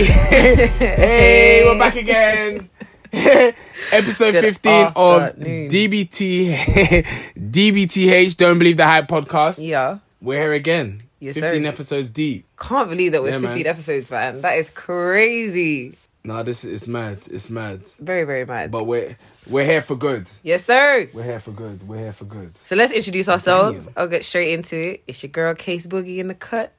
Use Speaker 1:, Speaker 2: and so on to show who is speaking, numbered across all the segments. Speaker 1: hey, we're back again. Episode
Speaker 2: Good
Speaker 1: 15 of
Speaker 2: afternoon.
Speaker 1: DBT DBTH Don't Believe the Hype podcast.
Speaker 2: Yeah.
Speaker 1: We're here again.
Speaker 2: Yes,
Speaker 1: 15
Speaker 2: sir.
Speaker 1: episodes deep.
Speaker 2: Can't believe that we're
Speaker 1: Yeah, man.
Speaker 2: 15 episodes, man. That is crazy.
Speaker 1: Nah, this is mad. It's mad.
Speaker 2: Very, very mad.
Speaker 1: But we're we're here for good.
Speaker 2: yes, sir.
Speaker 1: We're here for good. We're here for good.
Speaker 2: So let's introduce ourselves.
Speaker 1: Damn.
Speaker 2: I'll get straight into it. It's your girl, Case Boogie, in the cut.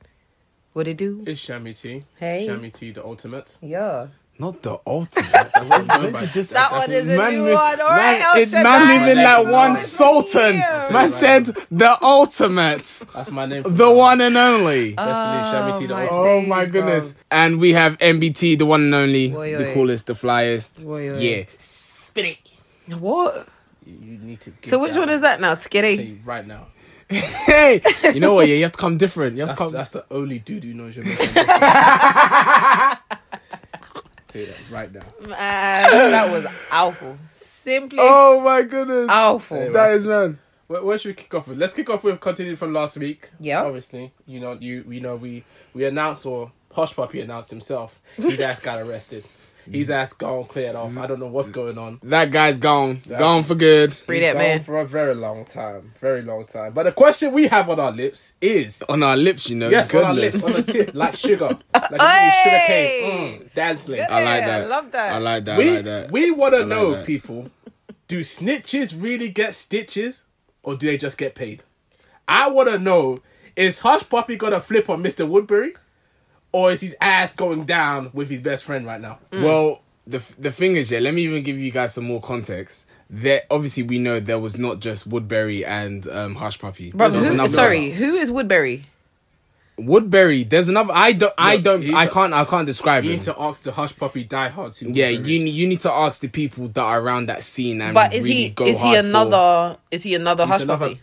Speaker 2: What it do?
Speaker 3: It's Shammy T.
Speaker 2: Hey.
Speaker 3: Shammy T, the ultimate.
Speaker 2: Yeah.
Speaker 1: Not the ultimate.
Speaker 3: That's what I'm going by.
Speaker 2: That one is a
Speaker 1: Man,
Speaker 2: new
Speaker 1: man,
Speaker 2: one. All right,
Speaker 1: man,
Speaker 2: El
Speaker 1: it- man
Speaker 2: Shaddai,
Speaker 1: even
Speaker 2: let's
Speaker 1: like
Speaker 2: go.
Speaker 1: one
Speaker 2: It's
Speaker 1: sultan.
Speaker 2: here.
Speaker 1: Man said the ultimate,
Speaker 3: That's my name.
Speaker 1: the one and only.
Speaker 3: Best believe Shammy T, the
Speaker 2: Oh,
Speaker 3: ultimate.
Speaker 2: my-
Speaker 1: Oh my
Speaker 2: Please,
Speaker 1: goodness. And we have MBT, the one and only,
Speaker 2: Oi,
Speaker 1: the
Speaker 2: oi.
Speaker 1: coolest, the flyest.
Speaker 2: Oi, oi.
Speaker 1: Yeah. Spit it.
Speaker 2: What?
Speaker 3: You need to.
Speaker 2: So which one is that now? Skitty?
Speaker 3: that? Right now.
Speaker 1: Hey, you know what? Yeah, you have to come different. You have to
Speaker 3: That's,
Speaker 1: come.
Speaker 3: that's the only dude who knows your name. Take that right now.
Speaker 2: Man, that was awful. Simply
Speaker 1: oh my goodness.
Speaker 2: awful.
Speaker 1: That is man.
Speaker 3: Where, where should we kick off with? Let's kick off with continuing from last week.
Speaker 2: Yeah.
Speaker 3: Obviously, you know, you we know we we announced or Hush Puppy announced himself. His ass got arrested. His ass gone cleared off. I don't know
Speaker 1: Mm.
Speaker 3: what's going on.
Speaker 1: That guy's gone.
Speaker 3: That-
Speaker 1: Gone for good.
Speaker 2: Free
Speaker 3: He's
Speaker 2: that
Speaker 3: gone
Speaker 2: man.
Speaker 3: for a very long time, very long time. But the question we have on our lips is
Speaker 2: Oh,
Speaker 1: On our lips, you know.
Speaker 3: yes, on our
Speaker 1: goodness.
Speaker 3: lips, on the tip, like sugar, like a sugar
Speaker 2: Hey!
Speaker 3: cane, mm, dazzling.
Speaker 1: I like
Speaker 2: Yeah,
Speaker 1: that.
Speaker 2: I love that.
Speaker 1: I like that. I
Speaker 3: We
Speaker 1: like that.
Speaker 3: we want to
Speaker 1: like
Speaker 3: know,
Speaker 1: that.
Speaker 3: people, do snitches really get stitches, or do they just get paid? I want to know: is Hush Puppy gonna flip on Mister Woodbury, or is his ass going down with his best friend right now?
Speaker 2: Hmm.
Speaker 1: Well, the f- the thing is, yeah. Let me even give you guys some more context. There, obviously, we know there was not just Woodbury and um, Hush Puppy.
Speaker 2: Bro,
Speaker 1: There was
Speaker 2: who,
Speaker 1: another-
Speaker 2: sorry, who is Woodbury?
Speaker 1: Woodbury. There's another. I don't. I
Speaker 3: Look,
Speaker 1: don't.
Speaker 3: he's
Speaker 1: I
Speaker 3: a-
Speaker 1: can't. I can't describe
Speaker 3: You
Speaker 1: him.
Speaker 3: need to ask the Hush Puppy diehards. who
Speaker 1: Yeah,
Speaker 3: Woodbury
Speaker 1: you
Speaker 3: is.
Speaker 1: ne- you need to ask the people that are around that scene and
Speaker 2: But is
Speaker 1: really
Speaker 2: he
Speaker 1: go
Speaker 2: is he
Speaker 1: hard for-
Speaker 2: another is he another hush
Speaker 3: another-
Speaker 2: puppy?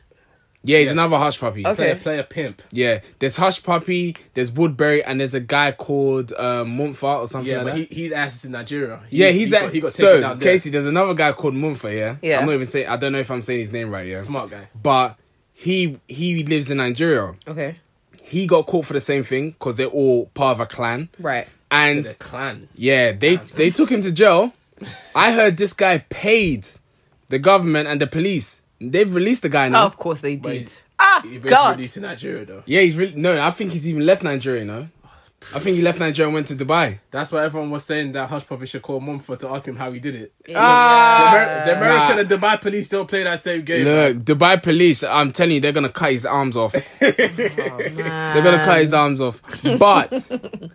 Speaker 1: Yeah, he's
Speaker 3: Yes.
Speaker 1: another hush puppy.
Speaker 2: Okay.
Speaker 3: Player, player pimp.
Speaker 1: Yeah, there's Hush Puppy, there's Woodbury, and there's a guy called um, Mumfa or something
Speaker 3: Yeah,
Speaker 1: like
Speaker 3: but
Speaker 1: that.
Speaker 3: he, his ass is in Nigeria. He-
Speaker 1: yeah, he's
Speaker 3: he
Speaker 1: at.
Speaker 3: got, he got taken
Speaker 1: so
Speaker 3: down there.
Speaker 1: Casey, there's another guy called Mumfa. Yeah,
Speaker 2: Yeah.
Speaker 1: I'm not even saying. I don't know if I'm saying his name right. Yeah,
Speaker 3: smart guy.
Speaker 1: but he he lives in Nigeria.
Speaker 2: Okay.
Speaker 1: He got caught for the same thing because they're all part of a clan.
Speaker 2: Right.
Speaker 1: And
Speaker 3: the clan.
Speaker 1: yeah, they
Speaker 2: Ah,
Speaker 1: they took him to jail. I heard this guy paid the government and the police. They've released the guy now.
Speaker 2: Oh, of course they did.
Speaker 3: he's-
Speaker 2: Ah
Speaker 3: He basically
Speaker 2: God.
Speaker 3: released in Nigeria though.
Speaker 1: Yeah, he's really no. I think he's even left Nigeria. No, I think he left Nigeria and went to Dubai.
Speaker 3: That's why everyone was saying that Hush Puppy should call Mumford to ask him how he did it. The,
Speaker 1: Ah,
Speaker 3: Amer- the American
Speaker 1: Nah.
Speaker 3: and Dubai police don't play that same game. man.
Speaker 1: Look, Dubai police. I'm telling you, they're gonna cut his arms off.
Speaker 2: Oh,
Speaker 1: they're
Speaker 2: They're
Speaker 1: gonna cut his arms off. But,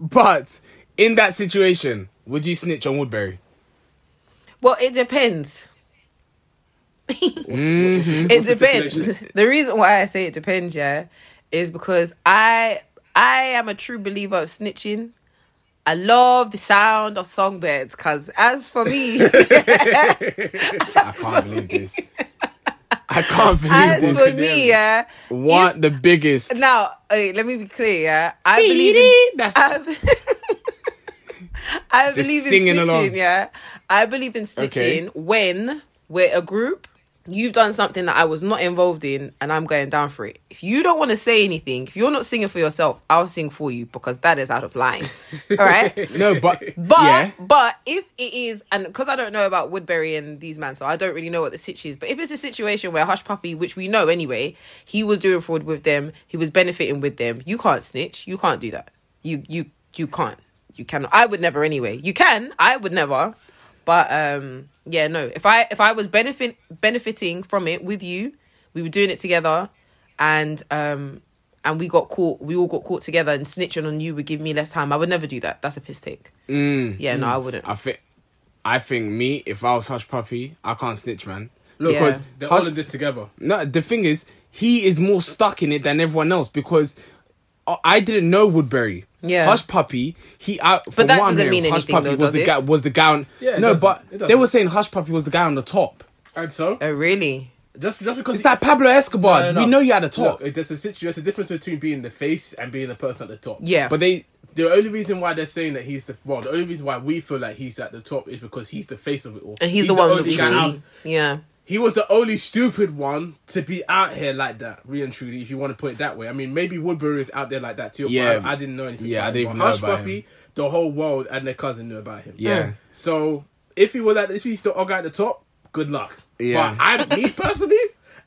Speaker 1: but in that situation, would you snitch on Woodbury?
Speaker 2: Well, it depends. it
Speaker 3: what's the
Speaker 2: depends.
Speaker 3: stipulation?
Speaker 2: The reason why I say it depends, yeah, is because I I am a true believer of snitching. I love the sound of songbirds because, as for me,
Speaker 1: I can't believe this. I can't believe
Speaker 2: as
Speaker 1: this.
Speaker 2: for me, yeah.
Speaker 1: What the biggest?
Speaker 2: Now, okay, let me be clear, yeah. I believe in
Speaker 1: That's
Speaker 2: I, I
Speaker 1: Just
Speaker 2: believe
Speaker 1: singing
Speaker 2: in snitching.
Speaker 1: along.
Speaker 2: Yeah, I believe in snitching
Speaker 1: Okay.
Speaker 2: when we're a group. You've done something that I was not involved in, and I'm going down for it. If you don't want to say anything, if you're not singing for yourself, I'll sing for you because that is out of line. All right.
Speaker 1: no, but
Speaker 2: But
Speaker 1: yeah.
Speaker 2: but if it is and because I don't know about Woodbury and these man, so I don't really know what the sitch is. But if it's a situation where Hush Puppy, which we know anyway, he was doing fraud with them, he was benefiting with them. You can't snitch. You can't do that. You you you can't. You cannot. I would never anyway. You can. I would never. But um yeah no. If I if I was benefit benefiting from it with you, we were doing it together, and um. And we got caught. We all got caught together, and snitching on you would give me less time. I would never do that. That's a piss take. Yeah, no, I wouldn't.
Speaker 1: Hmm. I think, I think me, if I was Hush Puppy, I can't snitch, man.
Speaker 3: Look,
Speaker 2: Yeah.
Speaker 3: because they're
Speaker 1: Hush-
Speaker 3: all in this together.
Speaker 1: No, the thing is, he is more stuck in it than everyone else because I- I didn't know Woodbury.
Speaker 2: Yeah.
Speaker 1: Hush Puppy. He. I, from
Speaker 2: that
Speaker 1: what I'm
Speaker 2: doesn't
Speaker 1: hearing,
Speaker 2: mean
Speaker 1: Hush
Speaker 2: anything,
Speaker 1: Puppy
Speaker 2: though,
Speaker 1: was
Speaker 2: does
Speaker 1: the
Speaker 2: it?
Speaker 1: guy. Was the guy on?
Speaker 3: Yeah, it
Speaker 1: no,
Speaker 3: doesn't.
Speaker 1: but
Speaker 3: It
Speaker 1: they
Speaker 3: doesn't.
Speaker 1: were saying Hush Puppy was the guy on the top.
Speaker 3: And so,
Speaker 2: Oh, really?
Speaker 3: just, just because.
Speaker 1: It's like Pablo Escobar.
Speaker 3: No, no, no.
Speaker 1: We know you had a top,
Speaker 3: Look, it- there's, a situ- there's a difference between being the face and being the person at the top.
Speaker 2: Yeah.
Speaker 1: but they.
Speaker 3: The only reason why they're saying that he's the well, the only reason why we feel like he's at the top is because he's the face of it all.
Speaker 2: and he's, the, one that
Speaker 3: only
Speaker 2: we
Speaker 3: guy out-
Speaker 2: see. Yeah.
Speaker 3: He was the only stupid one to be out here like that, really and truly, if you want to put it that way. I mean, maybe Woodbury is out there like that too.
Speaker 1: Yeah.
Speaker 3: Yeah, but I, I didn't know anything.
Speaker 1: Yeah,
Speaker 3: about
Speaker 1: I didn't
Speaker 3: him.
Speaker 1: even
Speaker 3: But
Speaker 1: know
Speaker 3: Hush
Speaker 1: about
Speaker 3: Puppy,
Speaker 1: him.
Speaker 3: the whole world and their cousin knew about him.
Speaker 1: Yeah.
Speaker 3: So if he was at if he's the ogre at the top, good luck.
Speaker 1: Yeah.
Speaker 3: But I me personally,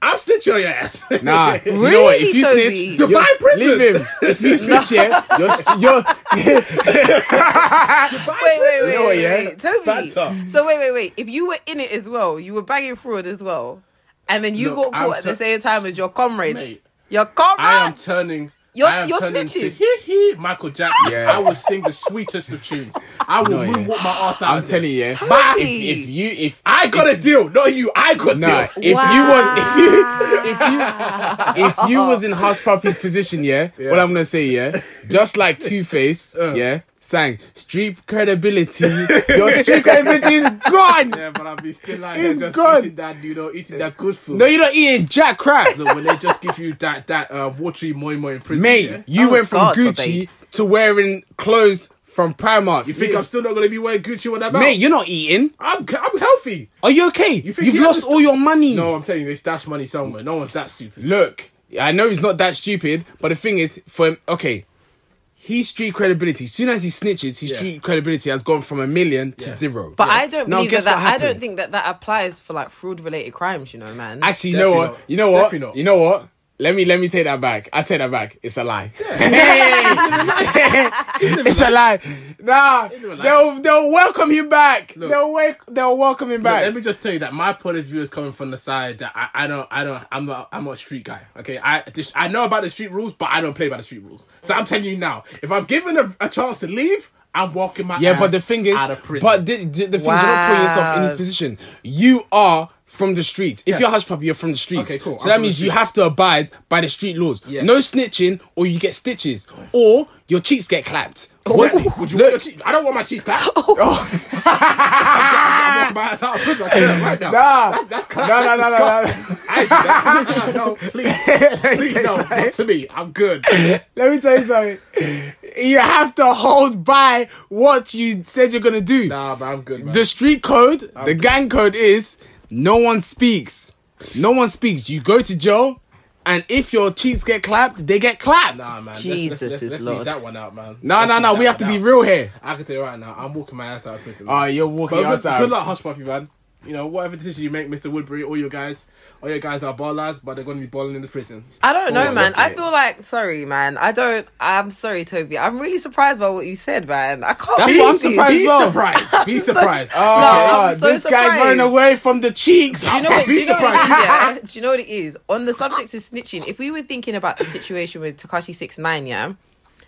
Speaker 3: I'm snitching on your ass.
Speaker 1: Nah, do you know what? If
Speaker 2: Really,
Speaker 1: you
Speaker 2: Toby?
Speaker 1: snitch,
Speaker 3: Dubai
Speaker 1: you're-
Speaker 3: prison.
Speaker 1: Leave him. If you snitch, yeah, you're, you're
Speaker 2: Wait, wait, wait,
Speaker 1: know what,
Speaker 2: wait,
Speaker 1: yeah?
Speaker 2: wait, Toby.
Speaker 3: Bad talk.
Speaker 2: So wait, wait, wait. If you were in it as well, you were bagging fraud as well, and then you
Speaker 3: Look,
Speaker 2: got caught
Speaker 3: I'm
Speaker 2: at the
Speaker 3: t-
Speaker 2: same time as your comrades.
Speaker 3: Mate.
Speaker 2: your
Speaker 3: I am
Speaker 2: comrades.
Speaker 3: turning.
Speaker 2: You're-
Speaker 3: I am
Speaker 2: you're
Speaker 3: turning to
Speaker 2: snitching.
Speaker 3: hee hee Michael Jackson.
Speaker 1: Yeah.
Speaker 3: I will sing the sweetest of tunes. I will
Speaker 1: No, yeah.
Speaker 3: moonwalk my ass out.
Speaker 1: I'm
Speaker 3: there.
Speaker 1: telling you, yeah.
Speaker 2: Toby.
Speaker 1: But if, if you if
Speaker 3: I got a deal, not you. I got
Speaker 1: no, if
Speaker 3: deal.
Speaker 1: you was if you if you if you was in Hush Puppy's position, yeah, what I'm gonna say, yeah, just like Two Face,
Speaker 3: Uh.
Speaker 1: yeah, sang street credibility. Your street credibility is gone.
Speaker 3: Yeah, but I'll be still like
Speaker 1: It's
Speaker 3: that, just
Speaker 1: gone.
Speaker 3: eating that noodle, eating that good food.
Speaker 1: No, you're not eating jack crap,
Speaker 3: Look, when they just give you that that uh, watery moi moi in prison,
Speaker 1: mate.
Speaker 3: yeah?
Speaker 1: You
Speaker 2: Oh,
Speaker 1: went from
Speaker 2: God
Speaker 1: Gucci
Speaker 2: forbid.
Speaker 1: to wearing clothes from Primark.
Speaker 3: You think I'm still not gonna be wearing Gucci when I'm out?
Speaker 1: mate? You're not eating.
Speaker 3: I'm I'm healthy.
Speaker 1: Are you okay? You
Speaker 3: think
Speaker 1: have
Speaker 3: he
Speaker 1: lost
Speaker 3: understand-
Speaker 1: all your money.
Speaker 3: No, I'm telling you, they stash money somewhere. No one's that stupid.
Speaker 1: look, I know he's not that stupid, but the thing is, for him, okay, his street credibility. Soon as he snitches, his
Speaker 3: Yeah.
Speaker 1: street credibility has gone from a million to
Speaker 3: Yeah.
Speaker 1: zero.
Speaker 2: but I don't
Speaker 1: Now,
Speaker 2: believe
Speaker 1: guess
Speaker 2: that,
Speaker 1: what
Speaker 2: that. I don't
Speaker 1: happens?
Speaker 2: think that that applies for like fraud related crimes. You know, man.
Speaker 1: Actually, you know
Speaker 3: Definitely
Speaker 1: what?
Speaker 3: not.
Speaker 1: You know what?
Speaker 3: Definitely not.
Speaker 1: You know what? Let me let me take that back. I take that back. It's a lie. it's a lie. Nah,
Speaker 3: a lie.
Speaker 1: they'll they'll welcome him back. They'll wake they'll welcome him
Speaker 3: Look,
Speaker 1: back.
Speaker 3: let me just tell you that my point of view is coming from the side that I, I don't I don't I'm not I'm not a street guy. Okay, I just, I know about the street rules, but I don't play by the street rules. So I'm telling you now, if I'm given a, a chance to leave, I'm walking my
Speaker 1: Yeah,
Speaker 3: ass
Speaker 1: but the thing is,
Speaker 3: out of prison.
Speaker 1: but the, the, the thing is, you're not putting yourself in this
Speaker 2: Wow.
Speaker 1: position. You are from the streets. If you're hush puppy, you're from the streets.
Speaker 3: Okay, cool.
Speaker 1: So
Speaker 3: I'm
Speaker 1: that
Speaker 3: from the
Speaker 1: means you
Speaker 3: streets.
Speaker 1: have to abide by the street laws.
Speaker 3: Yes.
Speaker 1: No snitching, or you get stitches, or your cheeks get clapped.
Speaker 3: Exactly. Would you want your cheese? I don't want my cheese clapped.
Speaker 2: Oh.
Speaker 3: I'm walking my ass out of prison. I can't right now.
Speaker 1: Nah.
Speaker 3: That- that's clapped.
Speaker 1: No, no,
Speaker 3: That's
Speaker 1: no, no, no.
Speaker 3: disgusting. I, that, no, please, please, no, not to me. I'm good.
Speaker 1: Let me tell you something. You have to hold by what you said you're gonna do.
Speaker 3: Nah, but I'm good. Man.
Speaker 1: The street code, the gang code is no one speaks. No one speaks. You go to jail, and if your cheeks get clapped, they get clapped.
Speaker 3: Nah, man. let's-
Speaker 2: Jesus
Speaker 3: let's, let's,
Speaker 2: is
Speaker 3: let's
Speaker 2: Lord.
Speaker 3: Leave that one out, man.
Speaker 1: No,
Speaker 3: Let's
Speaker 1: no,
Speaker 3: leave
Speaker 1: no.
Speaker 3: that
Speaker 1: We have to
Speaker 3: one
Speaker 1: be
Speaker 3: out.
Speaker 1: real here.
Speaker 3: I can tell you right now, I'm walking my ass out of prison.
Speaker 1: Oh,
Speaker 3: man.
Speaker 1: you're
Speaker 3: But
Speaker 1: walking
Speaker 3: good,
Speaker 1: outside.
Speaker 3: good luck, Hush Puppy, man. You know, whatever decision you make, Mr. Woodbury, all your guys, all your guys are ballers, but they're going to be balling in the prison.
Speaker 2: I don't know,
Speaker 3: Oh,
Speaker 2: man.
Speaker 3: that's
Speaker 2: I
Speaker 3: it.
Speaker 2: feel like sorry, man. I don't. I'm sorry, Toby. I'm really surprised by what you said, man. I can't.
Speaker 1: That's
Speaker 2: believe
Speaker 1: what I'm
Speaker 2: these.
Speaker 1: surprised
Speaker 3: Be
Speaker 1: as well.
Speaker 3: surprised. Be
Speaker 2: so-
Speaker 3: surprised.
Speaker 1: Oh,
Speaker 2: No, I'm so
Speaker 1: this guy's
Speaker 2: surprised.
Speaker 1: running away from the cheeks.
Speaker 2: Do you know what, do
Speaker 1: Be
Speaker 2: you know what it is,
Speaker 1: surprised.
Speaker 2: yeah? Do you know what it is? On the subject of snitching, if we were thinking about the situation with Takashi Six Nine, yeah,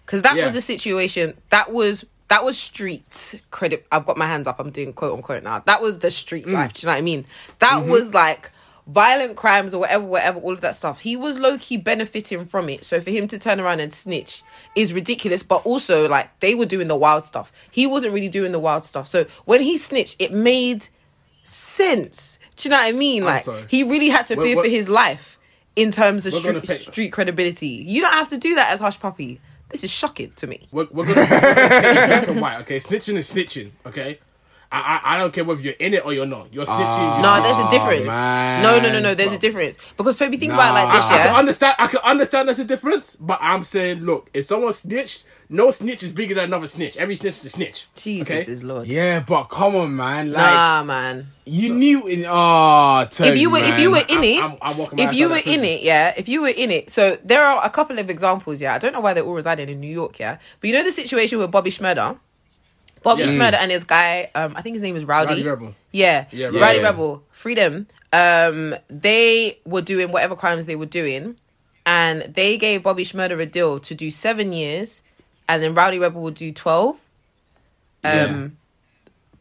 Speaker 2: because that
Speaker 3: Yeah.
Speaker 2: was a situation that was that was street credit. I've got my hands up. I'm doing quote unquote now. That was the
Speaker 3: Mm.
Speaker 2: street life. Do you know what I mean? That
Speaker 3: Mm-hmm.
Speaker 2: was like violent crimes or whatever, whatever, all of that stuff. He was low key benefiting from it. So for him to turn around and snitch is ridiculous. But also, like they were doing the wild stuff. He wasn't really doing the wild stuff. So when he snitched, it made sense. Do you know what I mean? Like
Speaker 3: sorry.
Speaker 2: he really had to
Speaker 3: We're-
Speaker 2: fear
Speaker 3: we're-
Speaker 2: for his life in terms of
Speaker 3: We're gonna
Speaker 2: street,
Speaker 3: pay-
Speaker 2: street credibility. You don't have to do that as Hush Puppy. This is shocking to me.
Speaker 3: We're, we're gonna, we're gonna take it black and white, okay? Snitching is snitching, okay? I, I I don't care whether you're in it or you're not. You're snitching.
Speaker 2: Ah. No,
Speaker 3: you're
Speaker 2: there's a
Speaker 1: Oh,
Speaker 2: difference.
Speaker 1: man.
Speaker 2: No, no, no, no. There's a difference because Toby, think about it like this,
Speaker 1: Nah.
Speaker 3: I can
Speaker 2: yeah.
Speaker 3: understand. I can understand that's a difference, but I'm saying, look, if someone snitched, no snitch is bigger than another snitch. Every snitch is a snitch.
Speaker 2: Jesus
Speaker 3: okay?
Speaker 2: is Lord.
Speaker 1: Yeah, but come on, man. Like
Speaker 2: Nah, man.
Speaker 1: you knew in oh, Toby,
Speaker 2: if you were if you were
Speaker 1: man.
Speaker 2: in
Speaker 3: I'm-
Speaker 2: it,
Speaker 3: I'm- I'm walking my
Speaker 2: if
Speaker 3: ass
Speaker 2: you
Speaker 3: out
Speaker 2: were
Speaker 3: of
Speaker 2: in
Speaker 3: prison.
Speaker 2: it, yeah, if you were in it, so there are a couple of examples, yeah. I don't know why they're all residing in New York, yeah, but you know the situation with Bobby Schmurder, Bobby
Speaker 3: Yeah.
Speaker 2: Schmurder and his guy, um, I think his name is Rowdy,
Speaker 3: Mm. Rowdy Rebel.
Speaker 2: yeah,
Speaker 3: Yeah,
Speaker 2: Rowdy,
Speaker 3: Rowdy
Speaker 1: Rebel.
Speaker 2: Rebel, Freedom. Um, they were doing whatever crimes they were doing, and they gave Bobby Schmurder a deal to do seven years, and then Rowdy Rebel would do twelve.
Speaker 1: Yeah.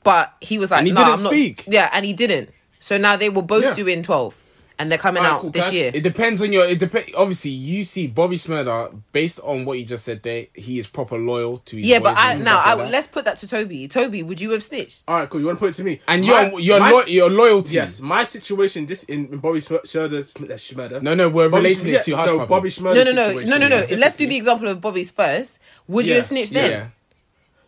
Speaker 2: But he was like,
Speaker 1: he
Speaker 2: "Nah,
Speaker 1: didn't
Speaker 2: I'm not."
Speaker 1: speak.
Speaker 2: Yeah, and he didn't. So now they were both
Speaker 3: Yeah.
Speaker 2: doing twelve, and they're coming
Speaker 3: Alright,
Speaker 2: out
Speaker 3: cool,
Speaker 2: this
Speaker 3: guys.
Speaker 2: year.
Speaker 1: It depends on your. It depend. Obviously, you see Bobby Smurda based on what you just said. There, he is proper loyal to. His
Speaker 2: yeah, but
Speaker 1: boys and
Speaker 2: I
Speaker 1: stuff
Speaker 2: now
Speaker 1: like
Speaker 2: I,
Speaker 1: that.
Speaker 2: let's put that to Toby. Toby, would you have snitched?
Speaker 3: All right, cool. You want to put it to me?
Speaker 1: And
Speaker 3: My-
Speaker 1: your your
Speaker 3: my-
Speaker 1: lo- your loyalty.
Speaker 3: Yes, my situation. This in, in Bobby Schmur- Schmurder's Schmurder.
Speaker 1: No, no, we're relating it to Hush
Speaker 3: no,
Speaker 1: Puppies.
Speaker 3: Bobby Schmurder's
Speaker 2: No, no, no,
Speaker 3: situation.
Speaker 2: no, no, no.
Speaker 3: Yeah.
Speaker 2: Let's do the example of Bobby's first. Would you
Speaker 3: Yeah,
Speaker 2: have snitched
Speaker 1: Yeah.
Speaker 2: then?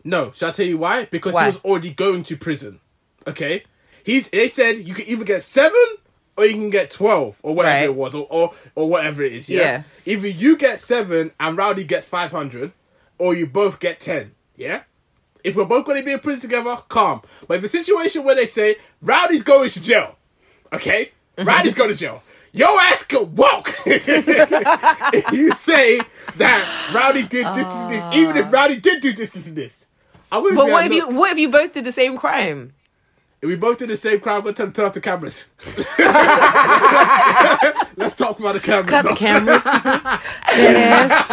Speaker 3: No, shall I tell you why? Because
Speaker 2: Why?
Speaker 3: he was already going to prison. Okay, he's. They said you can either get seven or you can get twelve or whatever
Speaker 2: Right.
Speaker 3: it was or, or or whatever it is. Yeah?
Speaker 2: Yeah.
Speaker 3: Either you get seven and Rowdy gets five hundred, or you both get ten. Yeah. If we're both going to be in prison together, calm. But if a situation where they say Rowdy's going to jail, okay, Rowdy's going to jail. Your ass could walk if you say that Rowdy did this, this, and this. Even if Rowdy did do this, this, and this, I'm gonna
Speaker 2: But
Speaker 3: be
Speaker 2: what
Speaker 3: like,
Speaker 2: if you
Speaker 3: "Look,
Speaker 2: what if you both did the same crime?
Speaker 3: If we both did the same crime, I'm gonna turn, turn off the cameras. Let's talk about the cameras.
Speaker 2: Cut the cameras. yes.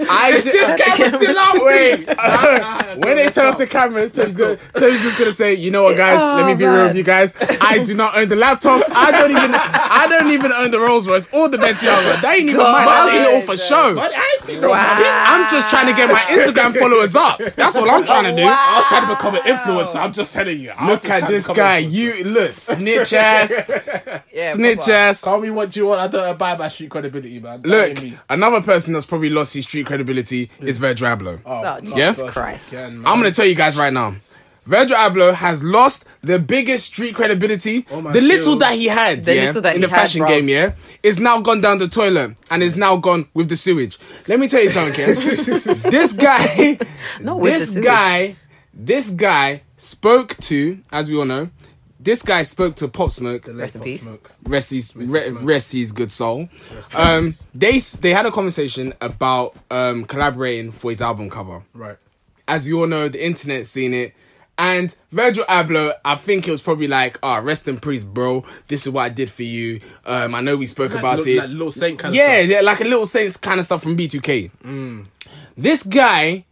Speaker 1: I
Speaker 3: Is
Speaker 1: did,
Speaker 3: this camera still on?
Speaker 1: wait. when they turn off the cameras, Tony's gonna, Tony's just gonna say, you know what, guys?
Speaker 2: Oh,
Speaker 1: let me be real with you guys. I do not own the laptops. I don't even, I don't even own the Rolls Royce or the Bentiaga. They ain't even mine. I did it all for show.
Speaker 3: But I see no
Speaker 2: Wow.
Speaker 3: money.
Speaker 1: I'm just trying to get my Instagram followers up. That's all I'm trying to do.
Speaker 2: Wow.
Speaker 3: I was trying to become an influencer. I'm just telling you. I was
Speaker 1: Look
Speaker 3: just
Speaker 1: at
Speaker 3: trying to
Speaker 1: this
Speaker 3: become
Speaker 1: guy.
Speaker 3: an influencer.
Speaker 1: You look snitch ass,
Speaker 2: Yeah,
Speaker 1: snitch
Speaker 2: proper.
Speaker 1: ass.
Speaker 3: Call me what you want. I don't abide by street credibility, man. That
Speaker 1: Look,
Speaker 3: ain't me.
Speaker 1: another person that's probably lost his street credibility is Virgil Abloh.
Speaker 2: Oh,
Speaker 3: no,
Speaker 2: Jesus
Speaker 1: Yeah?
Speaker 2: Christ.
Speaker 3: Again, man.
Speaker 1: I'm gonna tell you guys right now. Virgil Abloh has lost the biggest street credibility.
Speaker 3: Oh my
Speaker 1: the little
Speaker 3: God.
Speaker 1: that he had
Speaker 2: The
Speaker 1: yeah,
Speaker 2: little that
Speaker 1: in
Speaker 2: he
Speaker 1: the
Speaker 2: had,
Speaker 1: fashion
Speaker 2: bruv.
Speaker 1: game, yeah, is now gone down the toilet and is now gone with the sewage. Let me tell you something, Kev. this guy,
Speaker 2: Not with the
Speaker 1: this
Speaker 2: sewage.
Speaker 1: guy, this guy spoke to, as we all know, this guy spoke to Pop Smoke.
Speaker 2: Rest in peace.
Speaker 3: Smoke.
Speaker 1: Rest his, re-
Speaker 3: Smoke.
Speaker 1: rest his good soul. Um, they s- they had a conversation about um, collaborating for his album cover
Speaker 3: Right.
Speaker 1: as we all know, the internet's seen it. And Virgil Abloh, I think it was probably like, ah, rest in peace, bro. This is what I did for you. Um, I know we spoke about
Speaker 3: Like,
Speaker 1: it.
Speaker 3: like little saint kind
Speaker 1: yeah,
Speaker 3: of stuff. Mm.
Speaker 1: yeah, like a little sense kind of stuff from B2K. This guy